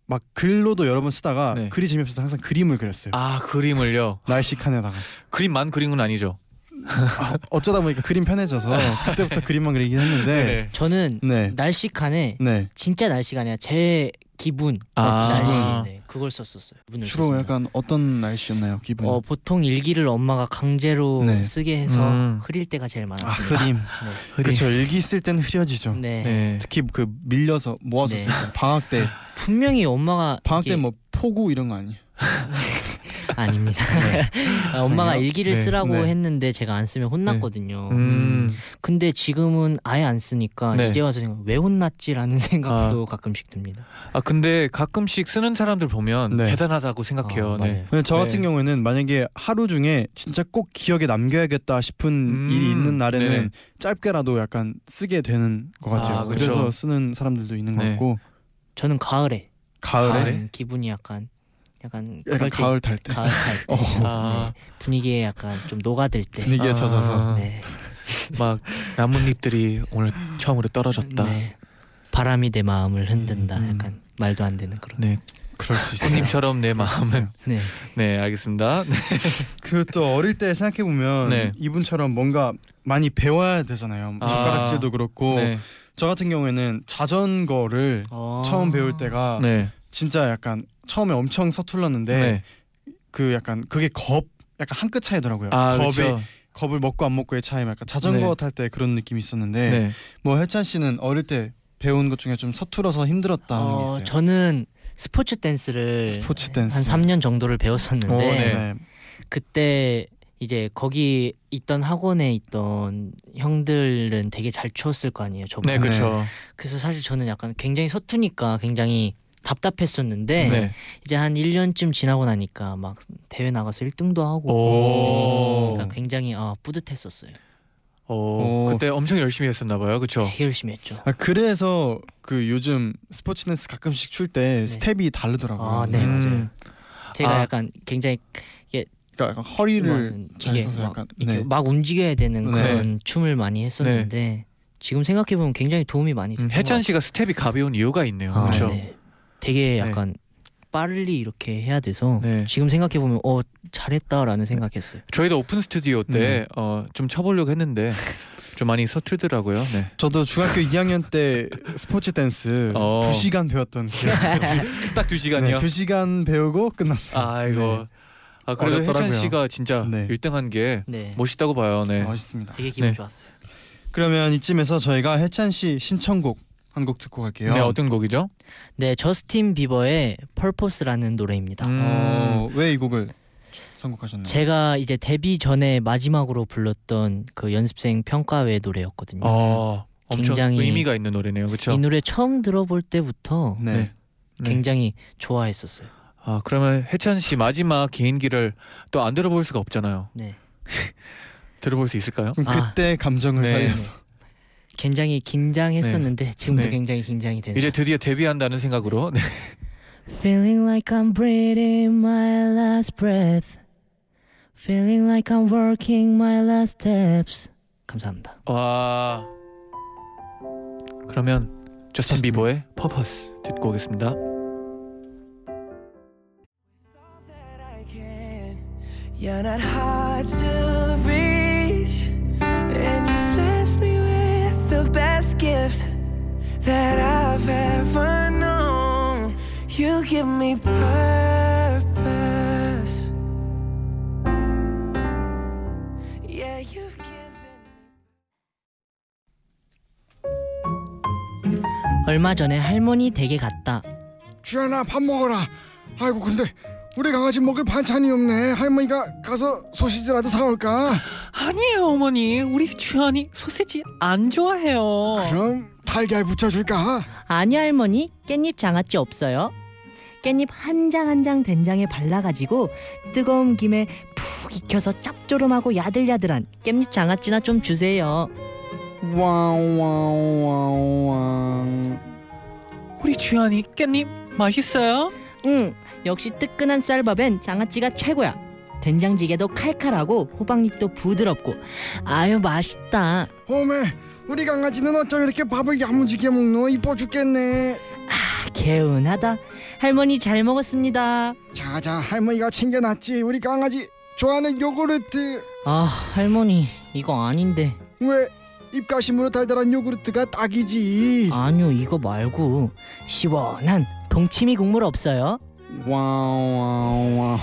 Speaker 2: 막 글로도 여러 번 쓰다가
Speaker 3: 네.
Speaker 2: 글이 재미없어서 항상 그림을 그렸어요.
Speaker 3: 아 그림을요.
Speaker 2: 날씨 칸에다가
Speaker 3: 그림만 그린 건 아니죠.
Speaker 2: 아, 어쩌다 보니까 그림 편해져서 그때부터 그림만 그리긴 했는데
Speaker 6: 저는
Speaker 2: 네.
Speaker 6: 날씨 칸에
Speaker 2: 네.
Speaker 6: 진짜 날씨가 아니라 제 기분
Speaker 3: 아.
Speaker 6: 날씨 네, 그걸 썼었어요. 기분을
Speaker 2: 주로
Speaker 6: 썼어요.
Speaker 2: 약간 어떤 날씨였나요 기분이?
Speaker 6: 어, 보통 일기를 엄마가 강제로
Speaker 2: 네.
Speaker 6: 쓰게 해서
Speaker 3: 음.
Speaker 6: 흐릴 때가 제일 많았어요.
Speaker 2: 아 음. 흐림. 그렇죠 일기 쓸 때는 흐려지죠.
Speaker 6: 네. 네.
Speaker 3: 네.
Speaker 2: 특히 그 밀려서 모아서
Speaker 6: 네.
Speaker 2: 쓸 때. 방학 때
Speaker 6: 분명히 엄마가
Speaker 2: 방학
Speaker 6: 이게-
Speaker 2: 때 뭐 포구 이런 거 아니에요?
Speaker 6: 아닙니다. 아, 엄마가
Speaker 2: 죄송해요.
Speaker 6: 일기를
Speaker 3: 네.
Speaker 6: 쓰라고
Speaker 2: 네.
Speaker 6: 했는데 제가 안 쓰면 혼났거든요.
Speaker 3: 음.
Speaker 6: 근데 지금은 아예 안 쓰니까
Speaker 3: 네.
Speaker 6: 이제 와서 생각 왜 혼났지라는 생각도 가끔씩 듭니다.
Speaker 3: 아 근데 가끔씩 쓰는 사람들 보면
Speaker 2: 네.
Speaker 3: 대단하다고 생각해요.
Speaker 6: 아,
Speaker 3: 네.
Speaker 6: 맞아요.
Speaker 2: 근데 저
Speaker 3: 네.
Speaker 2: 같은 경우에는 만약에 하루 중에 진짜 꼭 기억에 남겨야겠다 싶은
Speaker 3: 음,
Speaker 2: 일이 있는 날에는
Speaker 3: 네네.
Speaker 2: 짧게라도 약간 쓰게 되는 것 같아요.
Speaker 3: 아, 그쵸.
Speaker 2: 그래서 쓰는 사람들도 있는 것
Speaker 3: 네.
Speaker 2: 같고
Speaker 6: 저는 가을에
Speaker 2: 가을에
Speaker 3: 가을에?
Speaker 6: 약간 기분이 약간 약간
Speaker 2: 약간
Speaker 6: 그럴 때
Speaker 2: 가을 탈 때
Speaker 6: 가을 갈 때,
Speaker 2: 어.
Speaker 3: 아.
Speaker 6: 네, 분위기에 약간 좀 녹아들 때,
Speaker 2: 분위기에
Speaker 3: 아,
Speaker 2: 젖어서
Speaker 6: 네,
Speaker 3: 막 나뭇잎들이 오늘 처음으로 떨어졌다. 네.
Speaker 6: 네. 바람이 내 마음을 흔든다.
Speaker 3: 음.
Speaker 6: 약간 말도 안 되는 그런.
Speaker 2: 그럴 수 있어요.
Speaker 3: 손님처럼 내 마음은
Speaker 6: 네,
Speaker 3: 네 알겠습니다. 네.
Speaker 2: 그 또 어릴 때 생각해 보면
Speaker 3: 네.
Speaker 2: 이분처럼 뭔가 많이 배워야 되잖아요.
Speaker 3: 아.
Speaker 2: 젓가락질도 그렇고
Speaker 3: 네. 아.
Speaker 2: 저 같은 경우에는 자전거를 처음 배울 때가
Speaker 3: 어. 네.
Speaker 2: 진짜 약간 처음에 엄청 서툴렀는데 그 약간 그게 겁 약간 한 끗 차이더라고요.
Speaker 3: 아
Speaker 2: 겁의
Speaker 3: 그렇죠.
Speaker 2: 겁을 먹고 안 먹고의 차이 약간 자전거
Speaker 3: 네.
Speaker 2: 탈 때 그런 느낌이 있었는데
Speaker 3: 네.
Speaker 2: 뭐 혜찬 씨는 어릴 때 배운 것 중에 좀 서툴어서 힘들었다 하는 게
Speaker 6: 어,
Speaker 2: 있어요.
Speaker 6: 저는 스포츠 댄스를
Speaker 2: 스포츠 네. 어,
Speaker 6: 한
Speaker 2: 댄스
Speaker 6: 3년 정도를
Speaker 2: 오,
Speaker 6: 배웠었는데
Speaker 3: 네.
Speaker 6: 그때 이제 거기 있던 학원에 있던 형들은 되게 잘 추웠을 거 아니에요. 저번
Speaker 3: 네, 그렇죠.
Speaker 6: 그래서 사실 저는 약간 굉장히 서투니까 굉장히 답답했었는데
Speaker 3: 네.
Speaker 6: 이제 한 1년쯤 지나고 나니까 막 대회 나가서 1등도
Speaker 3: 오.
Speaker 6: 하고 그러니까 굉장히 아, 뿌듯했었어요.
Speaker 3: 어,
Speaker 2: 오.
Speaker 3: 그때 엄청 열심히 했었나 봐요. 그렇죠?
Speaker 6: 되게 열심히 했죠.
Speaker 2: 아 그래서 그 요즘 스포츠댄스 가끔씩 출 때 스텝이 다르더라고요.
Speaker 6: 네. 아, 네,
Speaker 3: 음.
Speaker 6: 제가
Speaker 3: 아. 음.
Speaker 6: 약간 굉장히
Speaker 2: 그러니까 약간 허리를
Speaker 6: 막
Speaker 2: 잘
Speaker 6: 이게
Speaker 2: 써서
Speaker 6: 막
Speaker 2: 약간
Speaker 6: 이렇게
Speaker 2: 네.
Speaker 6: 막 움직여야 되는
Speaker 2: 네.
Speaker 6: 그런 춤을 많이 했었는데 지금 생각해 보면 굉장히 도움이 많이 됐던
Speaker 3: 네. 음,
Speaker 6: 것
Speaker 3: 해찬
Speaker 6: 같아요.
Speaker 3: 씨가 스텝이 가벼운 이유가 있네요.
Speaker 6: 아,
Speaker 3: 그렇죠.
Speaker 6: 네. 되게
Speaker 3: 네.
Speaker 6: 약간 빨리 이렇게 해야 돼서
Speaker 3: 네.
Speaker 6: 지금 생각해 보면 어 잘했다라는 생각했어요.
Speaker 3: 저희도 오픈 스튜디오 때 어, 좀 쳐보려고 했는데 좀 많이 서툴더라고요. 네.
Speaker 2: 저도 중학교 2학년 때 스포츠 댄스
Speaker 3: 어.
Speaker 2: 2시간 배웠던 기억.
Speaker 3: 딱 두 시간이요.
Speaker 2: 네, 2시간 배우고 끝났어요. 네.
Speaker 3: 아이고. 아 그래도
Speaker 2: 어렵더라고요.
Speaker 3: 혜찬 씨가 진짜
Speaker 2: 네.
Speaker 3: 1등한 게
Speaker 6: 네,
Speaker 3: 멋있다고 봐요.
Speaker 2: 네.
Speaker 3: 네.
Speaker 2: 멋있습니다.
Speaker 6: 되게 기분
Speaker 3: 네.
Speaker 6: 좋았어요.
Speaker 2: 그러면 이쯤에서 저희가 해찬 씨 신청곡 한 곡 듣고 갈게요.
Speaker 3: 네 어떤 곡이죠?
Speaker 6: 네, 저스틴 비버의 Purpose라는 노래입니다.
Speaker 3: 음.
Speaker 2: 어, 왜 이 곡을 선곡하셨나요?
Speaker 6: 제가 이제 데뷔 전에 마지막으로 불렀던 그 연습생 평가회
Speaker 2: 네.
Speaker 6: 노래였거든요.
Speaker 3: 어 엄청
Speaker 6: 굉장히-
Speaker 3: 의미가 있는 노래네요.
Speaker 6: 이
Speaker 3: 그렇죠?
Speaker 6: 노래 처음 들어볼 때부터
Speaker 2: 네.
Speaker 3: 네.
Speaker 6: 굉장히 좋아했었어요.
Speaker 3: 아 그러면 해찬 씨 마지막 개인기를 또 안 들어볼 수가 없잖아요.
Speaker 6: 네.
Speaker 3: 들어볼 수 있을까요?
Speaker 2: 그럼
Speaker 6: 아.
Speaker 2: 그때 감정을
Speaker 3: 네.
Speaker 2: 살려서
Speaker 6: 굉장히 긴장했었는데 지금도
Speaker 3: 네.
Speaker 6: 굉장히 긴장이 되네요.
Speaker 3: 이제 드디어 데뷔한다는 생각으로 네.
Speaker 6: Feeling like I'm breathing my last breath. Feeling like I'm working my last steps. 감사합니다.
Speaker 3: 와 그러면 저스틴
Speaker 2: 저스틴.
Speaker 3: 비버의 퍼포스 듣고 오겠습니다.
Speaker 8: that I can. You're not hard to reach, and you've blessed me with the best gift that I've ever known. You give me purpose. Yeah, you've given.
Speaker 6: 얼마 전에 할머니 댁에 갔다.
Speaker 9: 주연아 밥 먹어라. 아이고 근데 우리 강아지 먹을 반찬이 없네. 할머니가 가서 소시지라도 사올까?
Speaker 3: 아니에요 어머니 우리 주한이 소세지 안 좋아해요.
Speaker 9: 그럼 달걀 부쳐줄까?
Speaker 5: 아니 할머니 깻잎 장아찌 없어요. 깻잎 한 장 한 장 된장에 발라가지고 뜨거운 김에 푹 익혀서 짭조름하고 야들야들한 깻잎 장아찌나 좀 주세요.
Speaker 9: 와와와와.
Speaker 3: 우리 주한이 깻잎 맛있어요?
Speaker 5: 응, 역시 뜨끈한 쌀밥엔 장아찌가 최고야. 된장찌개도 칼칼하고 호박잎도 부드럽고 아유 맛있다.
Speaker 9: 어메 우리 강아지는 어쩜 이렇게 밥을 야무지게 먹노? 이뻐 죽겠네.
Speaker 5: 아, 개운하다. 할머니 잘 먹었습니다.
Speaker 9: 자자 할머니가 챙겨놨지. 우리 강아지 좋아하는 요구르트.
Speaker 6: 아 할머니 이거 아닌데.
Speaker 9: 왜? 입가심으로 달달한 요구르트가 딱이지.
Speaker 6: 아니요 이거 말고
Speaker 5: 시원한 동치미 국물 없어요?
Speaker 9: 와와와.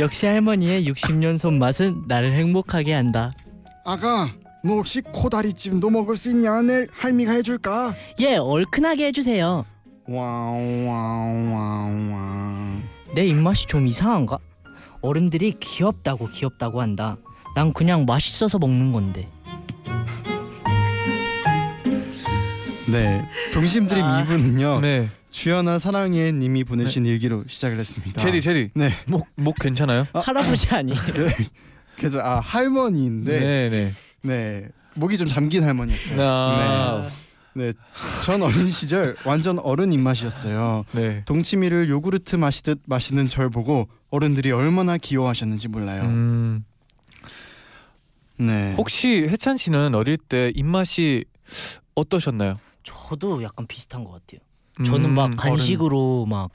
Speaker 6: 역시 할머니의 60년 손맛은 나를 행복하게 한다.
Speaker 9: 아가 너 혹시 코다리찜도 먹을 수 있냐? 내일 할미가 해줄까?
Speaker 5: 예, 얼큰하게 해주세요.
Speaker 6: 내 입맛이 좀 이상한가? 어른들이 귀엽다고 귀엽다고 한다. 난 그냥 맛있어서 먹는 건데.
Speaker 2: 네. 동심드림
Speaker 6: 아.
Speaker 2: 2부는요.
Speaker 3: 네
Speaker 2: 주연아 사랑해 님이 보내신 일기로 시작을 했습니다.
Speaker 3: 제디 제디
Speaker 2: 네.
Speaker 3: 목, 목 괜찮아요?
Speaker 6: 할아버지 아니.
Speaker 2: 그래서 아 할머니인데 네.
Speaker 3: 네네
Speaker 2: 목이 좀 잠긴 할머니였어요.
Speaker 3: 아,
Speaker 2: 네. 전 어린 시절 완전 어른 입맛이었어요.
Speaker 3: 네.
Speaker 2: 동치미를 요구르트 마시듯 마시는 절 보고 어른들이 얼마나 귀여워하셨는지 몰라요.
Speaker 3: 음,
Speaker 2: 네.
Speaker 3: 혹시 해찬 씨는 어릴 때 입맛이 어떠셨나요?
Speaker 6: 저도 약간 비슷한 것 같아요.
Speaker 3: 음,
Speaker 6: 저는 막
Speaker 3: 어른.
Speaker 6: 간식으로 막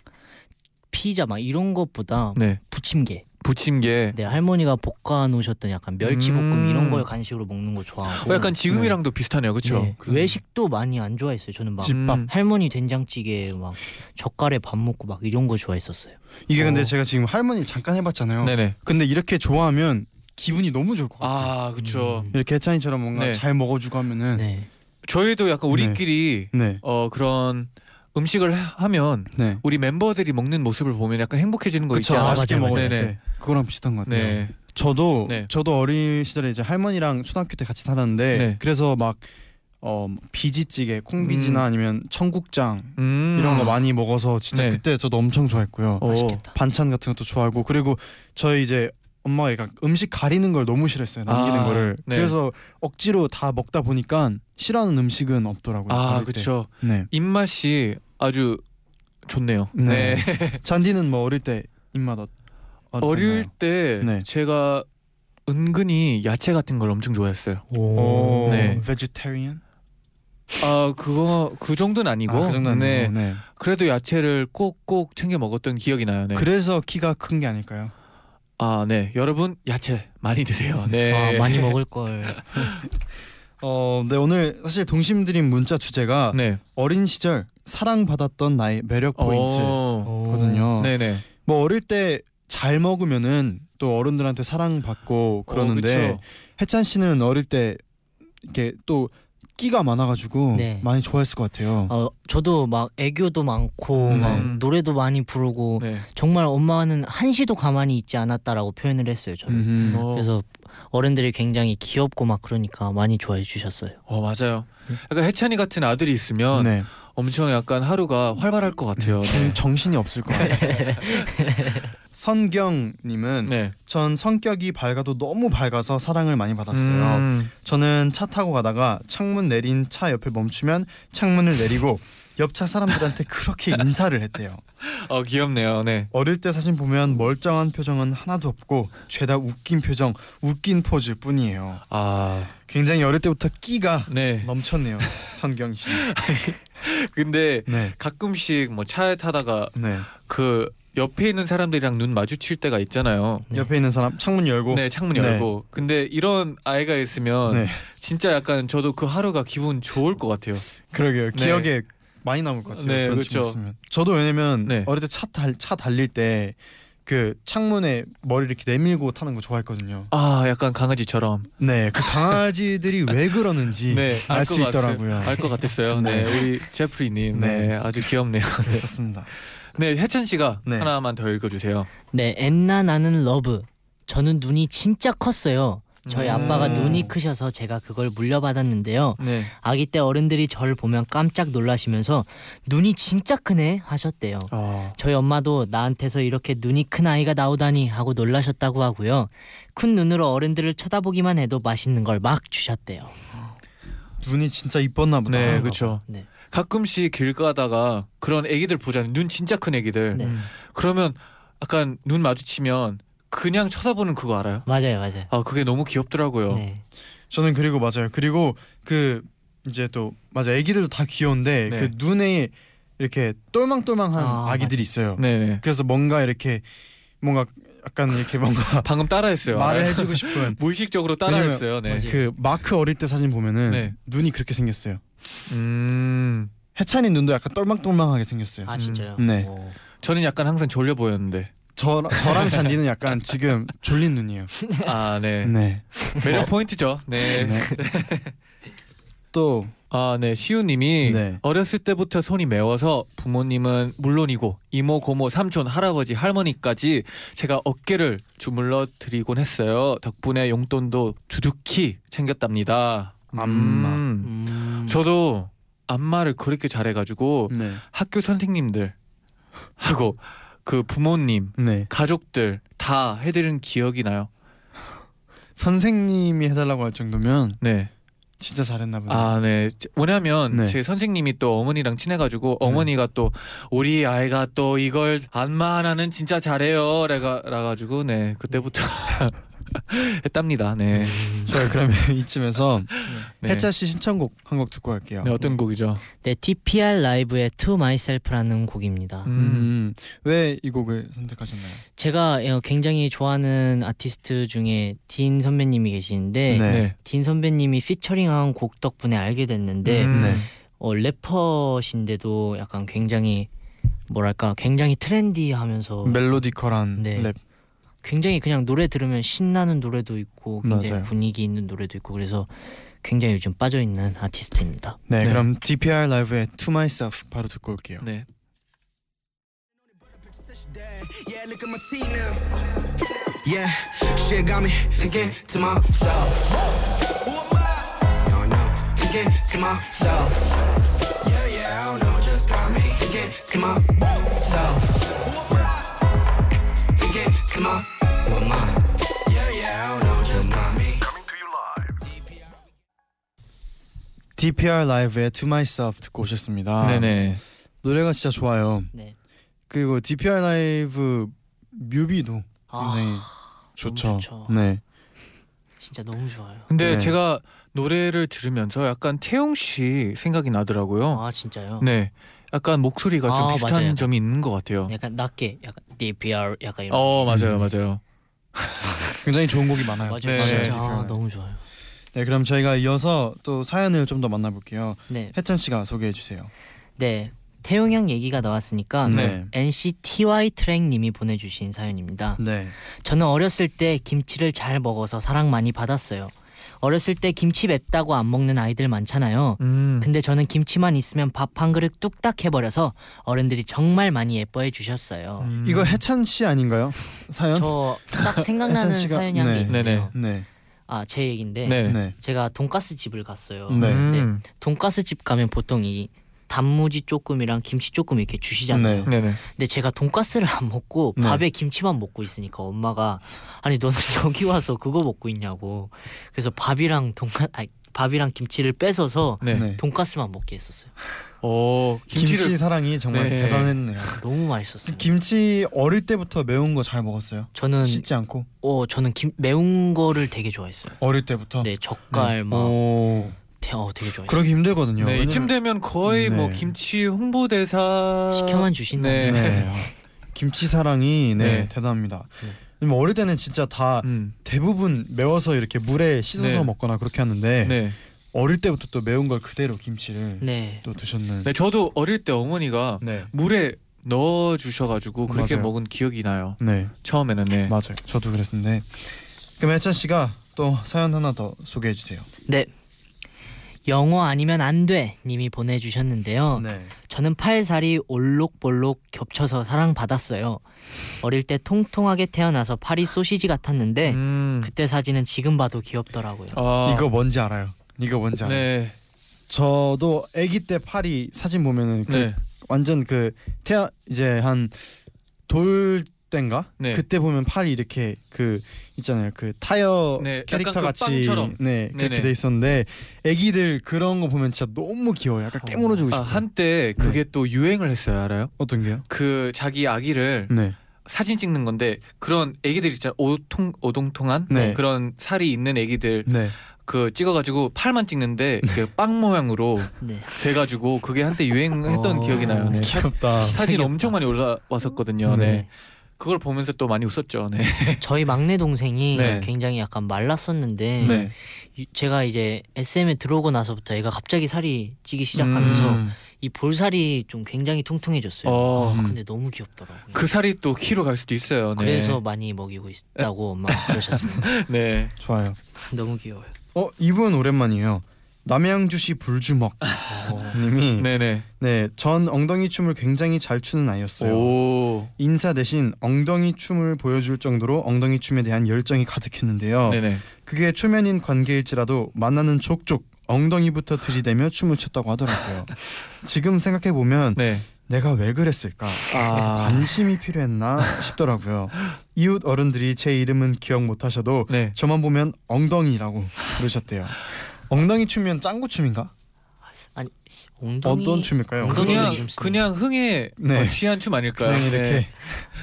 Speaker 6: 피자 막 이런 것보다
Speaker 3: 네
Speaker 6: 부침개.
Speaker 3: 부침개
Speaker 6: 네 할머니가 볶아 놓으셨던 약간 멸치 볶음
Speaker 3: 음.
Speaker 6: 이런 걸 간식으로 먹는 거 좋아하고.
Speaker 3: 어, 약간 지금이랑도 비슷하네요, 음, 그렇죠?
Speaker 6: 네, 외식도 많이 안 좋아했어요. 저는 막
Speaker 3: 집밥.
Speaker 6: 할머니 된장찌개 막 젓갈에 밥 먹고 막 이런 거 좋아했었어요.
Speaker 2: 이게 근데
Speaker 3: 어.
Speaker 2: 제가 지금 할머니 잠깐 해봤잖아요.
Speaker 3: 네네.
Speaker 2: 근데 이렇게 좋아하면 기분이 너무 좋을 것 같아요.
Speaker 3: 아, 그렇죠.
Speaker 2: 이렇게 해찬이처럼 뭔가
Speaker 3: 네.
Speaker 2: 예. 잘 먹어주고 하면은
Speaker 6: 네.
Speaker 3: 저희도 약간 우리끼리
Speaker 2: 네.
Speaker 3: 어 그런 음식을 하- 하면
Speaker 2: 네.
Speaker 3: 우리 멤버들이 먹는 모습을 보면 약간 행복해지는 거
Speaker 2: 그쵸
Speaker 3: 있잖아.
Speaker 2: 맛있게
Speaker 6: 맞아요,
Speaker 3: 맞아요.
Speaker 2: 먹을 때 그거랑 비슷한 것 같아요.
Speaker 3: 네.
Speaker 2: 저도
Speaker 3: 네.
Speaker 2: 저도 어린 시절에 이제 할머니랑 초등학교 때 같이 살았는데
Speaker 3: 네.
Speaker 2: 그래서 막 어, 비지찌개, 콩비지나
Speaker 3: 음.
Speaker 2: 아니면 청국장
Speaker 3: 음.
Speaker 2: 이런 거 많이 먹어서 진짜
Speaker 3: 네.
Speaker 2: 그때 저도 엄청 좋아했고요.
Speaker 3: 어.
Speaker 6: 맛있겠다.
Speaker 2: 반찬 같은 것도 좋아하고 그리고 저희 이제 엄마가 약간 음식 가리는 걸 너무 싫어했어요. 남기는
Speaker 3: 아,
Speaker 2: 거를.
Speaker 3: 네.
Speaker 2: 그래서 억지로 다 먹다 보니까 싫어하는 음식은 없더라고요.
Speaker 3: 아,
Speaker 2: 가릴 때.
Speaker 3: 그렇죠.
Speaker 2: 네.
Speaker 3: 입맛이 아주 좋네요.
Speaker 2: 네. 잔디는 뭐 어릴 때 입맛 어,
Speaker 3: 어릴
Speaker 2: 어땠나요?
Speaker 3: 때
Speaker 2: 네.
Speaker 3: 제가 은근히 야채 같은 걸 엄청 좋아했어요.
Speaker 2: 오.
Speaker 3: 네.
Speaker 2: vegetarian?
Speaker 3: 아 그거 그 정도는 아니고.
Speaker 2: 아, 그 정도는
Speaker 3: 네.
Speaker 2: 아니고, 네.
Speaker 3: 그래도 야채를 꼭꼭 챙겨 먹었던 기억이 나요. 네.
Speaker 2: 그래서 키가 큰 게 아닐까요?
Speaker 3: 아 네. 여러분 야채 많이 드세요. 네.
Speaker 2: 예.
Speaker 6: 아, 많이 먹을 걸.
Speaker 2: 어, 네 오늘 사실 동심드림 문자 주제가
Speaker 3: 네.
Speaker 2: 어린 시절 사랑받았던 나의 매력 포인트거든요.
Speaker 3: 어. 네네.
Speaker 2: 뭐 어릴 때 잘 먹으면은 또 어른들한테 사랑받고 그러는데
Speaker 3: 어, 그쵸.
Speaker 2: 해찬 씨는 어릴 때 이렇게 또 끼가 많아가지고
Speaker 6: 네.
Speaker 2: 많이 좋아했을 것 같아요.
Speaker 6: 어, 저도 막 애교도 많고
Speaker 2: 음.
Speaker 6: 막 노래도 많이
Speaker 2: 어.
Speaker 6: 부르고
Speaker 3: 네.
Speaker 6: 정말 엄마는 한시도 가만히 있지 않았다라고 표현을 했어요. 저를.
Speaker 2: 음.
Speaker 3: 어.
Speaker 6: 그래서 어른들이 굉장히 귀엽고 막 그러니까 많이 좋아해 주셨어요.
Speaker 3: 어 맞아요. 약간 해찬이 같은 아들이 있으면
Speaker 2: 네. 음.
Speaker 3: 엄청 약간 하루가 활발할 것 같아요. 네.
Speaker 2: 정- 정신이 없을 것 같아요. 선경님은
Speaker 3: 네.
Speaker 2: 전 성격이 밝아도 너무 밝아서 사랑을 많이 받았어요.
Speaker 3: 음.
Speaker 2: 저는 차 타고 가다가 창문 내린 차 옆에 멈추면 창문을 내리고 옆차 사람들한테 그렇게 인사를 했대요.
Speaker 3: 어 귀엽네요. 네.
Speaker 2: 어릴 때 사진 보면 멀쩡한 표정은 하나도 없고 죄다 웃긴 표정, 웃긴 포즈 뿐이에요.
Speaker 3: 아
Speaker 2: 굉장히 어릴 때부터 끼가
Speaker 3: 네.
Speaker 2: 넘쳤네요, 선경 씨.
Speaker 3: 근데
Speaker 2: 네,
Speaker 3: 가끔씩 뭐 차에 타다가
Speaker 2: 네.
Speaker 3: 그 옆에 있는 사람들이랑 눈 마주칠 때가 있잖아요.
Speaker 2: 옆에 있는 사람 창문 열고.
Speaker 3: 네 창문
Speaker 2: 네.
Speaker 3: 열고 근데 이런 아이가 있으면
Speaker 2: 네.
Speaker 3: 진짜 약간 저도 그 하루가 기분 좋을 것 같아요. 네.
Speaker 2: 그러게요. 기억에 많이 남을 것 같아요.
Speaker 3: 네,
Speaker 2: 그런
Speaker 3: 그렇죠.
Speaker 2: 친구 있으면. 저도 왜냐면
Speaker 3: 네.
Speaker 2: 어릴 때 차 달 차 달릴 때 그 창문에 머리 이렇게 내밀고 타는 거 좋아했거든요.
Speaker 3: 아 약간 강아지처럼
Speaker 2: 네, 그 강아지들이 왜 그러는지
Speaker 3: 네.
Speaker 2: 알 수 있더라고요.
Speaker 3: 알것 같았어요. 네. 우리 제프리님 네.
Speaker 2: 네.
Speaker 3: 아주 귀엽네요.
Speaker 2: 그랬었습니다.
Speaker 3: 네 해찬 씨가
Speaker 2: 네.
Speaker 3: 하나만 더 읽어주세요.
Speaker 6: 네, 엔나 나는 러브. 저는 눈이 진짜 컸어요. 저희
Speaker 3: 음.
Speaker 6: 아빠가 눈이 크셔서 제가 그걸 물려받았는데요.
Speaker 3: 네.
Speaker 6: 아기 때 어른들이 저를 보면 깜짝 놀라시면서 눈이 진짜 크네 하셨대요.
Speaker 3: 어.
Speaker 2: 아,
Speaker 6: 저희 엄마도 나한테서 이렇게 눈이 큰 아이가 나오다니 하고 놀라셨다고 하고요. 큰 눈으로 어른들을 쳐다보기만 해도 맛있는 걸 막 주셨대요.
Speaker 2: 눈이 진짜 이뻤나 보다.
Speaker 3: 네, 그렇죠.
Speaker 6: 네.
Speaker 3: 가끔씩 길 가다가 그런 애기들 보잖아요. 눈 진짜 큰 애기들.
Speaker 6: 네.
Speaker 3: 그러면 약간 눈 마주치면 그냥 쳐다보는 그거 알아요?
Speaker 6: 맞아요, 맞아요.
Speaker 3: 아, 그게 너무 귀엽더라고요.
Speaker 6: 네.
Speaker 2: 저는 그리고 맞아요. 그리고 그 이제 또 맞아. 애기들도 다 귀여운데
Speaker 3: 네.
Speaker 2: 그 눈에 이렇게 똘망똘망한
Speaker 6: 아,
Speaker 2: 아, 기들이 있어요.
Speaker 3: 네. 네.
Speaker 2: 그래서 뭔가 이렇게 뭔가 약간 이렇게 뭔가
Speaker 3: 방금 따라했어요.
Speaker 2: 말을
Speaker 3: 아,
Speaker 2: 해주고 싶은
Speaker 3: 무의식적으로 따라했어요. 네.
Speaker 6: 뭐지?
Speaker 2: 그 마크 어릴 때 사진 보면은
Speaker 3: 네.
Speaker 2: 눈이 그렇게 생겼어요.
Speaker 3: 음.
Speaker 2: 해찬이 눈도 약간 똘망똘망하게 생겼어요.
Speaker 6: 아 진짜요?
Speaker 2: 음, 네.
Speaker 6: 오.
Speaker 3: 저는 약간 항상 졸려 보였는데.
Speaker 2: 저 저랑 잔디는 약간 지금 졸린 눈이에요.
Speaker 3: 아, 네.
Speaker 2: 네.
Speaker 3: 매력 포인트죠. 네.
Speaker 2: 네. 또
Speaker 3: 아, 네. 시우 님이
Speaker 2: 네.
Speaker 3: 어렸을 때부터 손이 매워서 부모님은 물론이고 이모, 고모, 삼촌, 할아버지, 할머니까지 제가 어깨를 주물러 드리곤 했어요. 덕분에 용돈도 두둑히 챙겼답니다.
Speaker 2: 안마.
Speaker 3: 음.
Speaker 6: 음.
Speaker 3: 저도 안마를 그렇게 잘해 가지고
Speaker 2: 네.
Speaker 3: 학교 선생님들 하고 그 부모님,
Speaker 2: 네.
Speaker 3: 가족들 다 해드린 기억이 나요.
Speaker 2: 선생님이 해달라고 할 정도면
Speaker 3: 네.
Speaker 2: 진짜 잘했나 보네.
Speaker 3: 아, 네. 제- 뭐냐면
Speaker 2: 네.
Speaker 3: 제 선생님이 또 어머니랑 친해가지고 어머니가 또 우리 아이가 또 이걸 안마 하나는 진짜 잘해요. 라가 라가지고 네 그때부터 했답니다. 네.
Speaker 2: 음. 좋아요. 그러면 이쯤에서
Speaker 3: 네.
Speaker 2: 해차 씨 신청곡 한 곡 듣고 갈게요.
Speaker 3: 네 어떤 곡이죠?
Speaker 6: 네, TPR 라이브의 To Myself라는 곡입니다.
Speaker 3: 음.
Speaker 2: 음. 왜 이 곡을 선택하셨나요?
Speaker 6: 제가 어, 굉장히 좋아하는 아티스트 중에 딘 선배님이 계시는데
Speaker 3: 네.
Speaker 6: 딘 선배님이 피처링한 곡 덕분에 알게 됐는데
Speaker 3: 음.
Speaker 2: 네.
Speaker 6: 어, 래퍼신데도 약간 굉장히 뭐랄까 굉장히 트렌디하면서
Speaker 2: 멜로디컬한
Speaker 6: 어. 네.
Speaker 2: 랩.
Speaker 6: 굉장히 그냥 노래 들으면 신나는 노래도 있고 굉장히
Speaker 2: 맞아요.
Speaker 6: 분위기 있는 노래도 있고 그래서 굉장히 요즘 빠져있는 아티스트입니다.
Speaker 2: 네,
Speaker 3: 네.
Speaker 2: 그럼 DPR 라이브의 To Myself 바로 듣고 올게요.
Speaker 3: 네.
Speaker 10: Yeah, look at my teeth now. Yeah, shit got me thinking to myself. I don't know, thinking to myself. Yeah, yeah, I don't know, just got me thinking to myself. Thinking to my, what my? Yeah, yeah, I don't know, just got me.
Speaker 2: DPR 라이브의 To Myself 듣고 오셨습니다.
Speaker 3: 네네.
Speaker 2: 노래가 진짜 좋아요.
Speaker 6: 네.
Speaker 2: 그리고 DPR 라이브 뮤비도 굉장히 좋죠.
Speaker 6: 좋죠.
Speaker 2: 네.
Speaker 6: 진짜 너무 좋아요.
Speaker 3: 근데
Speaker 2: 네.
Speaker 3: 제가 노래를 들으면서 약간 태용 씨 생각이 나더라고요.
Speaker 6: 아 진짜요?
Speaker 3: 네. 약간 목소리가 좀
Speaker 6: 아,
Speaker 3: 비슷한
Speaker 6: 맞아요. 네.
Speaker 3: 점이 있는 것 같아요.
Speaker 6: 약간 낮게 약간 DPR 약간 이런.
Speaker 3: 어 맞아요
Speaker 2: 음.
Speaker 3: 맞아요.
Speaker 2: 굉장히 좋은 곡이 많아요.
Speaker 6: 맞아요.
Speaker 3: 네.
Speaker 6: 진짜
Speaker 2: DPR.
Speaker 6: 아, 너무 좋아요.
Speaker 2: 네, 그럼 저희가 이어서 또 사연을 좀 더 만나볼게요.
Speaker 6: 네.
Speaker 2: 해찬 씨가 소개해 주세요.
Speaker 6: 네. 태용 형 얘기가 나왔으니까
Speaker 2: 네.
Speaker 6: NCTY 트랙 님이 보내주신 사연입니다.
Speaker 2: 네.
Speaker 6: 저는 어렸을 때 김치를 잘 먹어서 사랑 많이 받았어요. 어렸을 때 김치 맵다고 안 먹는 아이들 많잖아요.
Speaker 3: 음.
Speaker 6: 근데 저는 김치만 있으면 밥 한 그릇 뚝딱 해버려서 어른들이 정말 많이 예뻐해 주셨어요.
Speaker 3: 음.
Speaker 2: 이거 해찬 씨 아닌가요? 사연?
Speaker 6: 저 딱 생각나는
Speaker 2: 혜찬 씨가-
Speaker 6: 사연이 한 게
Speaker 2: 네.
Speaker 3: 네네.
Speaker 6: 있는데요.
Speaker 2: 네.
Speaker 6: 아 제 얘긴데
Speaker 3: 네.
Speaker 2: 네.
Speaker 6: 제가 돈가스 집을 갔어요.
Speaker 2: 네.
Speaker 3: 음.
Speaker 6: 돈가스 집 가면 보통 이 단무지 조금이랑 김치 조금 이렇게 주시잖아요.
Speaker 3: 네. 네
Speaker 6: 근데 제가 돈가스를 안 먹고
Speaker 2: 네.
Speaker 6: 밥에 김치만 먹고 있으니까 엄마가 아니 너는 여기 와서 그거 먹고 있냐고. 그래서 밥이랑 돈가 아니, 밥이랑 김치를 뺏어서
Speaker 3: 네.
Speaker 2: 네.
Speaker 6: 돈가스만 먹게 했었어요.
Speaker 3: 오
Speaker 2: 김치
Speaker 3: 김치를
Speaker 2: 사랑이 정말
Speaker 3: 네.
Speaker 2: 대단했네요.
Speaker 6: 너무 맛있었어요.
Speaker 2: 김치 어릴 때부터 매운 거 잘 먹었어요.
Speaker 6: 저는
Speaker 2: 씻지 않고
Speaker 6: 어 저는 김, 매운 거를 되게 좋아했어요.
Speaker 2: 어릴 때부터.
Speaker 6: 네 젓갈 막
Speaker 2: 오.
Speaker 6: 대, 어, 되게 좋아했어요.
Speaker 2: 그러기 힘들거든요.
Speaker 3: 네, 이쯤 되면 거의
Speaker 2: 네.
Speaker 3: 뭐 김치 홍보대사
Speaker 6: 시켜만 주신다면
Speaker 3: 네.
Speaker 2: 네. 김치 사랑이 네,
Speaker 3: 네.
Speaker 2: 대단합니다.
Speaker 6: 네.
Speaker 2: 네. 어릴 때는 진짜 다
Speaker 3: 음.
Speaker 2: 대부분 매워서 이렇게 물에 씻어서
Speaker 3: 네.
Speaker 2: 먹거나 그렇게 하는데
Speaker 3: 네.
Speaker 2: 어릴 때부터 또 매운 걸 그대로 김치를
Speaker 6: 네.
Speaker 2: 또 드셨는.
Speaker 3: 네, 저도 어릴 때 어머니가
Speaker 2: 네.
Speaker 3: 물에 넣어 주셔가지고 그렇게
Speaker 2: 맞아요.
Speaker 3: 먹은 기억이 나요.
Speaker 2: 네.
Speaker 3: 처음에는 네.
Speaker 2: 맞아요. 저도 그랬는데. 그럼 해찬 씨가 또 사연 하나 더 소개해 주세요.
Speaker 6: 네. 영어 아니면 안 돼 님이 보내주셨는데요.
Speaker 2: 네.
Speaker 6: 저는 팔살이 올록볼록 겹쳐서 사랑받았어요. 어릴 때 통통하게 태어나서 팔이 소시지 같았는데
Speaker 3: 음.
Speaker 6: 그때 사진은 지금 봐도 귀엽더라고요.
Speaker 3: 아,
Speaker 2: 네. 이거 뭔지 알아요. 이거 뭔지 알아요.
Speaker 3: 네.
Speaker 2: 저도 아기 때 팔이 사진 보면은 그
Speaker 3: 네.
Speaker 2: 완전 그 태아 이제 한 돌 때인가
Speaker 3: 네.
Speaker 2: 그때 보면 팔이 이렇게 그 있잖아요 그 타이어
Speaker 3: 네,
Speaker 2: 캐릭터
Speaker 3: 약간 그
Speaker 2: 같이
Speaker 3: 빵처럼.
Speaker 2: 네 그렇게
Speaker 3: 네네.
Speaker 2: 돼 있었는데 아기들 그런 거 보면 진짜 너무 귀여워 요 약간
Speaker 6: 어.
Speaker 2: 깨물어주고
Speaker 3: 아,
Speaker 2: 싶어요 네.
Speaker 3: 한때 그게 또 유행을 했어요. 알아요?
Speaker 2: 어떤 게요?
Speaker 3: 그 자기 아기를
Speaker 2: 네
Speaker 3: 사진 찍는 건데 그런 애기들 있잖아요. 오통 오동통한
Speaker 2: 네.
Speaker 3: 그런 살이 있는 애기들
Speaker 2: 네.
Speaker 3: 그 찍어가지고 팔만 찍는데 그 빵 모양으로
Speaker 6: 네.
Speaker 3: 돼가지고 그게 한때 유행했던
Speaker 6: 어,
Speaker 3: 기억이 나요.
Speaker 2: 네, 귀엽다
Speaker 3: 사진
Speaker 6: 귀엽다.
Speaker 3: 엄청 많이 올라왔었거든요. 네.
Speaker 2: 네.
Speaker 3: 그걸 보면서 또 많이 웃었죠. 네.
Speaker 6: 저희 막내 동생이
Speaker 3: 네.
Speaker 6: 굉장히 약간 말랐었는데
Speaker 3: 네.
Speaker 6: 이- 제가 이제 SM에 들어오고 나서부터 애가 갑자기 살이 찌기 시작하면서
Speaker 3: 음.
Speaker 6: 이 볼살이 좀 굉장히 통통해졌어요.
Speaker 3: 어.
Speaker 6: 아, 근데 너무 귀엽더라고요.
Speaker 3: 그 살이 또 키로 갈 수도 있어요. 네.
Speaker 6: 그래서 많이 먹이고 있다고 엄마가 그러셨습니다.
Speaker 3: 네.
Speaker 2: 좋아요
Speaker 6: 너무 귀여워요.
Speaker 2: 어 이분 오랜만이에요 남양주시 불주먹 님이
Speaker 3: 네네.
Speaker 2: 네 전 엉덩이 춤을 굉장히 잘 추는 아이였어요
Speaker 3: 오.
Speaker 2: 인사 대신 엉덩이 춤을 보여줄 정도로 엉덩이 춤에 대한 열정이 가득했는데요.
Speaker 3: 네네.
Speaker 2: 그게 초면인 관계일지라도 만나는 족족 엉덩이부터 들이대며 춤을 췄다고 하더라고요. 지금 생각해 보면
Speaker 3: 네.
Speaker 2: 내가 왜 그랬을까? 예,
Speaker 3: 아.
Speaker 2: 관심이 필요했나 싶더라고요. 이웃 어른들이 제 이름은 기억 못하셔도
Speaker 3: 네.
Speaker 2: 저만 보면 엉덩이라고 부르셨대요. 엉덩이 춤이면 짱구 춤인가?
Speaker 6: 엉덩이
Speaker 2: 어떤 춤일까요?
Speaker 6: 엉덩이
Speaker 3: 그냥
Speaker 6: 이름 쓰는
Speaker 3: 그냥 흥에
Speaker 2: 네.
Speaker 3: 어, 취한 춤 아닐까요?
Speaker 2: 그냥 이렇게
Speaker 3: 네.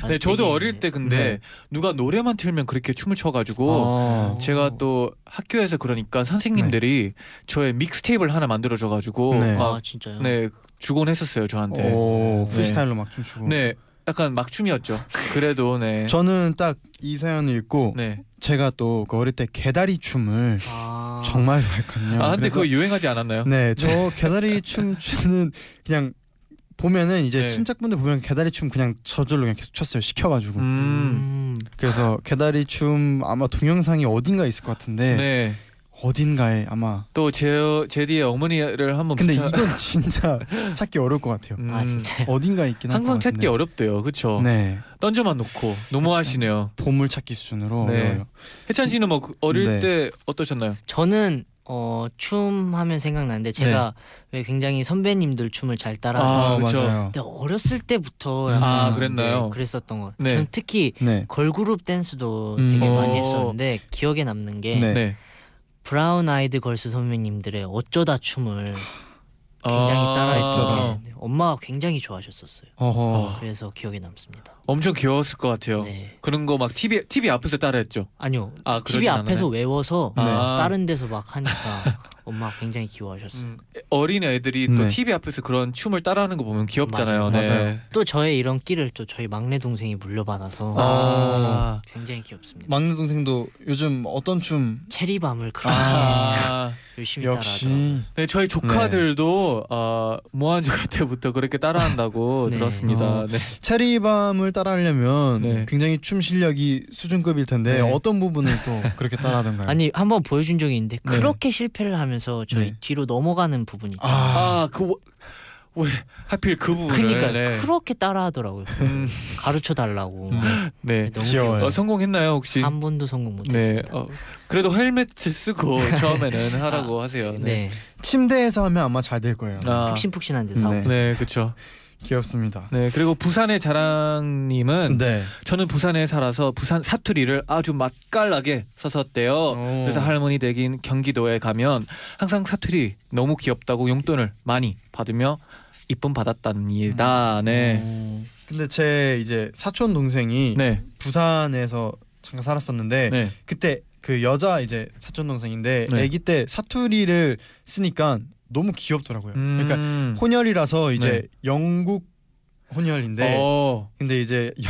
Speaker 6: 아,
Speaker 3: 네, 저도
Speaker 6: 되게
Speaker 3: 어릴 때 근데
Speaker 2: 네.
Speaker 3: 누가 노래만 틀면 그렇게 춤을 춰가지고
Speaker 2: 어.
Speaker 3: 제가 또 학교에서 그러니까 선생님들이 저의 믹스테이프를 하나 만들어줘가지고
Speaker 2: 네.
Speaker 6: 아
Speaker 3: 막
Speaker 6: 진짜요?
Speaker 3: 네 주곤 했었어요 저한테.
Speaker 2: 오,
Speaker 3: 네.
Speaker 2: 프리스타일로 막 춤추고.
Speaker 3: 네, 약간 막춤이었죠. 그래도 네.
Speaker 2: 저는 딱 이 사연을 읽고
Speaker 3: 네.
Speaker 2: 제가 또그 어릴 때 개다리 춤을
Speaker 6: 아,
Speaker 2: 정말 좋아했거든요.
Speaker 3: 아 근데
Speaker 2: 어, 그래서-
Speaker 3: 그거 유행하지 않았나요?
Speaker 2: 네, 저 개다리 춤 추는 그냥 보면은 이제
Speaker 3: 네.
Speaker 2: 친척분들 보면 개다리 춤 그냥 저절로 그냥 계속 췄어요. 시켜가지고.
Speaker 3: 음.
Speaker 6: 음.
Speaker 2: 그래서 개다리 춤 아마 동영상이 어딘가 있을 것 같은데
Speaker 3: 네.
Speaker 2: 어딘가에 아마
Speaker 3: 또 제, 제디의 어머니를 한번
Speaker 2: 근데
Speaker 3: 부탁-
Speaker 2: 이건 진짜 찾기 어려울 것 같아요.
Speaker 3: 음,
Speaker 11: 아 진짜.
Speaker 2: 어딘가 있긴 할
Speaker 3: 항상
Speaker 2: 것
Speaker 3: 찾기
Speaker 2: 같은데.
Speaker 3: 어렵대요. 그렇죠.
Speaker 2: 네.
Speaker 3: 던져만 놓고 너무하시네요.
Speaker 2: 보물 찾기 수준으로
Speaker 3: 네.
Speaker 2: 어려워요.
Speaker 3: 해찬 씨는 뭐 그- 어릴
Speaker 2: 네.
Speaker 3: 때 어떠셨나요?
Speaker 6: 저는 어, 춤 하면 생각나는데 제가 왜 굉장히 선배님들 춤을 잘 따라.
Speaker 3: 네. 아, 그쵸.
Speaker 2: 맞아요.
Speaker 6: 근데 어렸을 때부터 약간
Speaker 3: 아,
Speaker 6: 네,
Speaker 3: 그랬나요?
Speaker 6: 그랬었던 것.
Speaker 3: 네.
Speaker 6: 같아요. 저는 특히
Speaker 2: 네.
Speaker 6: 걸그룹 댄스도
Speaker 2: 음.
Speaker 6: 되게
Speaker 3: 어.
Speaker 6: 많이 했었는데 기억에 남는 게
Speaker 2: 네.
Speaker 3: 네.
Speaker 6: 브라운 아이드 걸스 선배님들의 어쩌다 춤을 굉장히
Speaker 3: 아,
Speaker 6: 따라했죠. 네. 엄마가 굉장히 좋아하셨었어요.
Speaker 2: 어허.
Speaker 6: 그래서 기억에 남습니다.
Speaker 3: 엄청 귀여웠을 것 같아요.
Speaker 6: 네.
Speaker 3: 그런 거 막 TV TV 앞에서 따라했죠.
Speaker 6: 아니요.
Speaker 3: 어. 아,
Speaker 6: TV
Speaker 3: 그러진
Speaker 6: 앞에서 외워서
Speaker 3: 네. 아.
Speaker 6: 다른 데서 막 하니까 엄마가 굉장히 귀여워하셨어요.
Speaker 3: 음, 어린 애들이 또
Speaker 2: 네.
Speaker 3: TV 앞에서 그런 춤을 따라하는 거 보면
Speaker 6: 맞아요.
Speaker 3: 귀엽잖아요. 네.
Speaker 2: 맞아요.
Speaker 6: 또 저의 이런 끼를 또 저희 막내 동생이 물려받아서
Speaker 3: 아.
Speaker 6: 굉장히 귀엽습니다.
Speaker 2: 막내 동생도 요즘 어떤 춤
Speaker 6: 체리밤을 그렇게
Speaker 3: 아,
Speaker 6: 열심히 따라하더라고요.
Speaker 2: 역시
Speaker 3: 네 저희 조카들도 어, 모한조카 때부터 그렇게 따라한다고
Speaker 6: 네.
Speaker 3: 들었습니다. 네.
Speaker 2: 체리밤을 따라하려면
Speaker 3: 네.
Speaker 2: 굉장히 춤 실력이 수준급일 텐데
Speaker 3: 네.
Speaker 2: 어떤 부분을 또 그렇게 따라하던가요?
Speaker 6: 아니 한번 보여준 적이 있는데 그렇게 실패를 하면서 저희
Speaker 2: 네.
Speaker 6: 뒤로 넘어가는 부분이 있죠.
Speaker 3: 아그 뭐, 왜 하필 그 부분을
Speaker 6: 그러니까
Speaker 3: 네.
Speaker 6: 그렇게 따라하더라고요.
Speaker 3: 음,
Speaker 6: 가르쳐 달라고. 너무
Speaker 3: 네.
Speaker 2: 귀여워요.
Speaker 3: 어,
Speaker 6: 귀여워요.
Speaker 3: 성공했나요 혹시?
Speaker 6: 한 번도 성공
Speaker 3: 네.
Speaker 6: 못했습니다.
Speaker 3: 어, 그래도 헬멧 쓰고 처음에는 하라고 하세요.
Speaker 6: 네.
Speaker 2: 침대에서 하면 아마 잘 될 거예요.
Speaker 3: 아,
Speaker 6: 푹신푹신한 데서
Speaker 2: 네.
Speaker 6: 하고 있어요.
Speaker 3: 네, 그렇죠.
Speaker 2: 귀엽습니다.
Speaker 3: 네, 그리고 부산의 자랑님은
Speaker 2: 네.
Speaker 3: 저는 부산에 살아서 부산 사투리를 아주 맛깔나게 썼었대요. 그래서 할머니 댁인 경기도에 가면 항상 사투리 너무 귀엽다고 용돈을 많이 받으며 이쁨 받았답니다. 네,
Speaker 2: 음. 근데 제 이제 사촌 동생이
Speaker 3: 네,
Speaker 2: 부산에서 잠깐 살았었는데
Speaker 3: 네.
Speaker 2: 그때 그 여자 이제 사촌 동생인데
Speaker 3: 네.
Speaker 2: 아기 때 사투리를 쓰니까 너무 귀엽더라고요. 그러니까
Speaker 3: 음. 네.
Speaker 2: 혼혈이라서 이제 영국 혼혈인데
Speaker 3: 어,
Speaker 2: 근데 이제 여-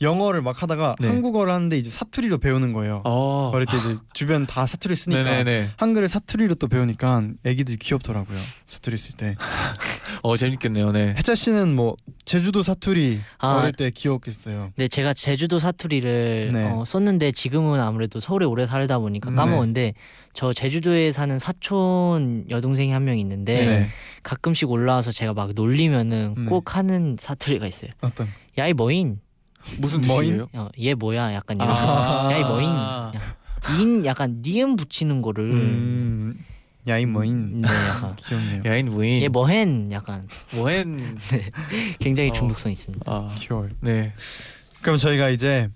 Speaker 2: 영어를 막 하다가
Speaker 3: 네.
Speaker 2: 한국어를 하는데 이제 사투리로 배우는 거예요.
Speaker 3: 어,
Speaker 2: 어릴 때 이제 주변 다 사투리 쓰니까
Speaker 3: 네네네.
Speaker 2: 한글을 사투리로 또 배우니까 애기들이 귀엽더라고요. 사투리 쓸 때.
Speaker 3: 어, 재밌겠네요. 네.
Speaker 2: 혜자 씨는 뭐 제주도 사투리
Speaker 6: 아.
Speaker 2: 어릴 때 귀엽겠어요.
Speaker 6: 네, 제가 제주도 사투리를
Speaker 2: 네.
Speaker 6: 어, 썼는데 지금은 아무래도 서울에 오래 살다 보니까
Speaker 3: 음,
Speaker 6: 까먹었는데 저 제주도에 사는 사촌 여동생이 한 명 있는데
Speaker 2: 네.
Speaker 6: 가끔씩 올라와서 제가 막 놀리면은
Speaker 2: 네.
Speaker 6: 꼭 하는 사투리가 있어요.
Speaker 2: 어떤?
Speaker 6: 야이 뭐인,
Speaker 3: 무슨
Speaker 2: 머인?
Speaker 3: 뜻이에요?
Speaker 6: 어, 얘 뭐야, 약간 이런.
Speaker 3: 아.
Speaker 6: 서 야이 뭐인, 야, 인 약간 니은 붙이는 거를
Speaker 2: 음. 야이 뭐인.
Speaker 6: 네, 약간
Speaker 2: 귀엽네요.
Speaker 3: 음. 야인 무인.
Speaker 6: 얘 예, 뭐hen 약간
Speaker 3: 뭐엔.
Speaker 6: 굉장히
Speaker 3: 어.
Speaker 6: 중독성 있습니다.
Speaker 3: 아,
Speaker 2: 귀여워요.
Speaker 3: 네.
Speaker 2: 그럼 저희가 이제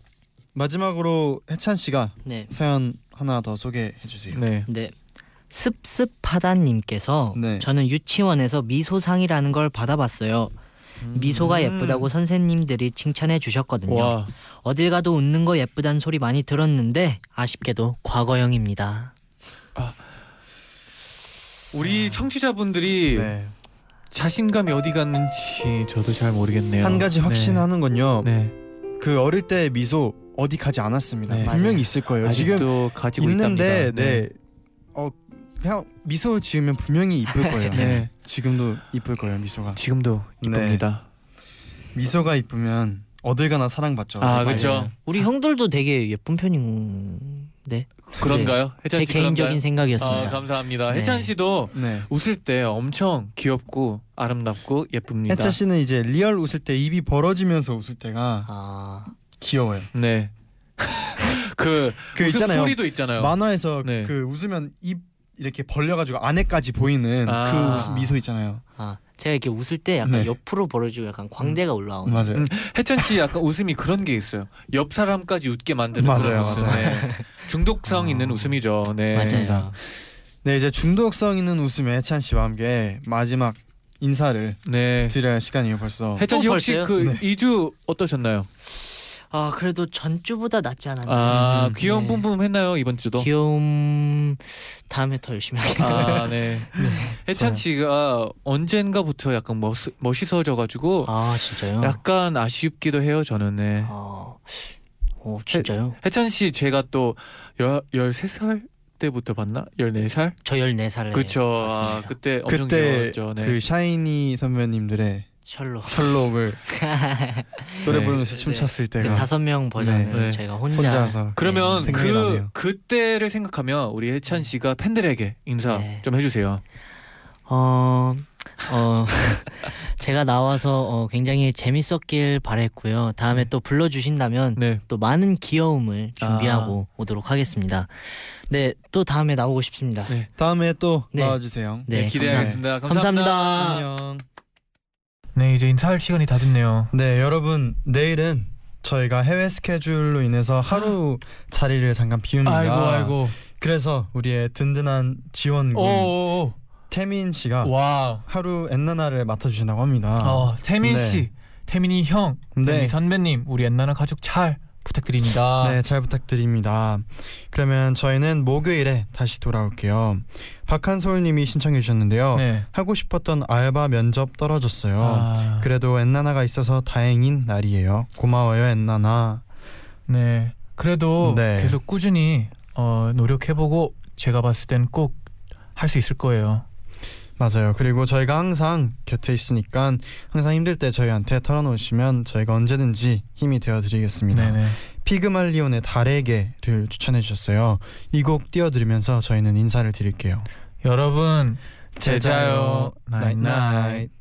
Speaker 2: 마지막으로 해찬 씨가
Speaker 6: 네.
Speaker 2: 사연 하나 더 소개해 주세요.
Speaker 3: 네.
Speaker 6: 네. 습습하다님께서
Speaker 2: 네.
Speaker 6: 저는 유치원에서 미소상이라는 걸 받아봤어요. 미소가 예쁘다고 선생님들이 칭찬해 주셨거든요.
Speaker 3: 음. 와.
Speaker 6: 어딜 가도 웃는 거 예쁘단 소리 많이 들었는데 아쉽게도 과거형입니다.
Speaker 3: 우리 청취자분들이
Speaker 2: 네.
Speaker 3: 자신감이 어디 갔는지 저도 잘 모르겠네요.
Speaker 2: 한 가지 확신하는 건요.
Speaker 3: 네.
Speaker 2: 그 어릴 때 미소 어디 가지 않았습니다.
Speaker 3: 네.
Speaker 2: 분명히 있을 거예요. 지금
Speaker 3: 아직도 가지고
Speaker 2: 있는데
Speaker 3: 있답니다.
Speaker 2: 네. 어 그냥 미소 지으면 분명히 이쁠 거예요.
Speaker 3: 네. 네.
Speaker 2: 지금도 이쁠 거예요 미소가.
Speaker 3: 지금도
Speaker 2: 네.
Speaker 3: 이쁩니다.
Speaker 2: 미소가 이쁘면 어딜 네. 가나 사랑받죠.
Speaker 3: 아,
Speaker 6: 맞아요.
Speaker 3: 그렇죠.
Speaker 6: 우리 형들도 되게 예쁜 편인데 네.
Speaker 3: 그런가요?
Speaker 6: 제
Speaker 3: 혜찬 씨
Speaker 6: 개인적인
Speaker 3: 그런가요?
Speaker 6: 생각이었습니다.
Speaker 3: 아, 감사합니다.
Speaker 6: 네.
Speaker 3: 혜찬 씨도
Speaker 2: 네.
Speaker 3: 웃을 때 엄청 귀엽고 아름답고 예쁩니다.
Speaker 2: 해차 씨는 이제 리얼 웃을 때 입이 벌어지면서 웃을 때가
Speaker 6: 아,
Speaker 2: 귀여워요.
Speaker 3: 네. 그
Speaker 2: 그
Speaker 3: 웃음
Speaker 2: 있잖아요.
Speaker 3: 소리도 있잖아요.
Speaker 2: 만화에서
Speaker 3: 네.
Speaker 2: 그 웃으면 입 이렇게 벌려가지고 안에까지 보이는
Speaker 3: 아.
Speaker 2: 그 웃음, 미소 있잖아요.
Speaker 6: 아, 제가 이렇게 웃을 때 약간
Speaker 2: 네.
Speaker 6: 옆으로 벌어지고 약간 광대가 올라오는
Speaker 2: 맞아요.
Speaker 3: 음, 혜찬 씨 약간 웃음이 그런 게 있어요. 옆 사람까지 웃게 만드는 그런
Speaker 2: 맞아요,
Speaker 3: 웃음.
Speaker 2: 맞아요. 어.
Speaker 3: 네. 중독성 있는 웃음이죠. 네.
Speaker 6: 맞아요.
Speaker 2: 네 이제 중독성 있는 웃음의 해찬 씨와 함께 마지막 인사를
Speaker 3: 네.
Speaker 2: 드려야 할 시간이에요 벌써.
Speaker 3: 혜찬 씨
Speaker 6: 또
Speaker 3: 혹시
Speaker 6: 벌써요?
Speaker 3: 그
Speaker 2: 네.
Speaker 3: 이 2주 어떠셨나요?
Speaker 6: 아 그래도 전주보다 낫지 않았나.
Speaker 3: 아,
Speaker 2: 음,
Speaker 3: 귀여운
Speaker 6: 네.
Speaker 3: 뿜뿜 했나요, 이번 주도?
Speaker 6: 귀여움 다음에 더 열심히 하겠습니다.
Speaker 3: 아, 네. 혜찬
Speaker 2: 저요.
Speaker 3: 씨가 언젠가부터 약간 멋, 멋있어져 가지고
Speaker 6: 아 진짜요?
Speaker 3: 약간 아쉽기도 해요, 저는. 네.
Speaker 6: 아, 어 진짜요?
Speaker 3: 혜찬 씨 제가 또 열, 13살 때부터 봤나? 14살?
Speaker 6: 저 14살에
Speaker 3: 그쵸. 아, 그때 엄청
Speaker 2: 그때
Speaker 3: 귀여웠죠. 네.
Speaker 2: 그 샤이니 선배님들의
Speaker 6: 셜록.
Speaker 12: 셜록을 노래 부르면서
Speaker 6: 네.
Speaker 12: 춤췄을
Speaker 6: 그
Speaker 12: 때가
Speaker 6: 다섯 명 버전을
Speaker 3: 네.
Speaker 6: 제가 혼자,
Speaker 12: 혼자서
Speaker 3: 그러면
Speaker 12: 네, 생각이
Speaker 3: 그
Speaker 12: 나네요.
Speaker 3: 그때를 생각하면 우리 해찬 씨가 팬들에게 인사
Speaker 6: 네.
Speaker 3: 좀 해주세요.
Speaker 6: 어, 어, 제가 나와서 어, 굉장히 재밌었길 바랬고요. 다음에 또 불러주신다면
Speaker 3: 네.
Speaker 6: 또 많은 귀여움을 준비하고 오도록 하겠습니다. 네, 또 다음에 나오고 싶습니다.
Speaker 3: 네.
Speaker 12: 그 다음에 또
Speaker 6: 네.
Speaker 12: 나와주세요.
Speaker 3: 네,
Speaker 6: 네, 감사합니다.
Speaker 3: 기대하겠습니다.
Speaker 6: 감사합니다.
Speaker 12: 안녕.
Speaker 3: 네, 이제 인사할 시간이 다 됐네요.
Speaker 2: 네 여러분 내일은 저희가 해외 스케줄로 인해서 하루 자리를 잠깐 비웁니다.
Speaker 3: 아이고 아이고.
Speaker 2: 그래서 우리의 든든한
Speaker 3: 어,
Speaker 2: 지원군
Speaker 3: 오,
Speaker 2: 태민 씨가
Speaker 3: 와.
Speaker 2: 하루 엔나나를 아. 맡아주신다고 합니다.
Speaker 3: 어, 태민
Speaker 2: 네.
Speaker 3: 씨, 태민이 형, 태민
Speaker 2: 네.
Speaker 3: 선배님, 우리 엔나나 가족 잘 부탁드립니다.
Speaker 2: 네, 잘 부탁드립니다. 그러면 저희는 목요일에 다시 돌아올게요. 박한솔님이 신청해 주셨는데요.
Speaker 3: 네.
Speaker 2: 하고 싶었던 알바 면접 떨어졌어요.
Speaker 3: 아,
Speaker 2: 그래도 엔나나가 있어서 다행인 날이에요. 고마워요, 엔나나.
Speaker 3: 네. 그래도
Speaker 2: 네.
Speaker 3: 계속 꾸준히 어, 노력해보고 제가 봤을 땐 꼭 할 수 있을 거예요.
Speaker 2: 맞아요. 그리고 저희가 항상 곁에 있으니까 항상 힘들 때 저희한테 털어놓으시면 저희가 언제든지 힘이 되어드리겠습니다.
Speaker 3: 네네.
Speaker 2: 피그말리온의 달에게를 추천해 주셨어요. 이 곡 띄워드리면서 저희는 인사를 드릴게요.
Speaker 3: 여러분 제자요 나잇나잇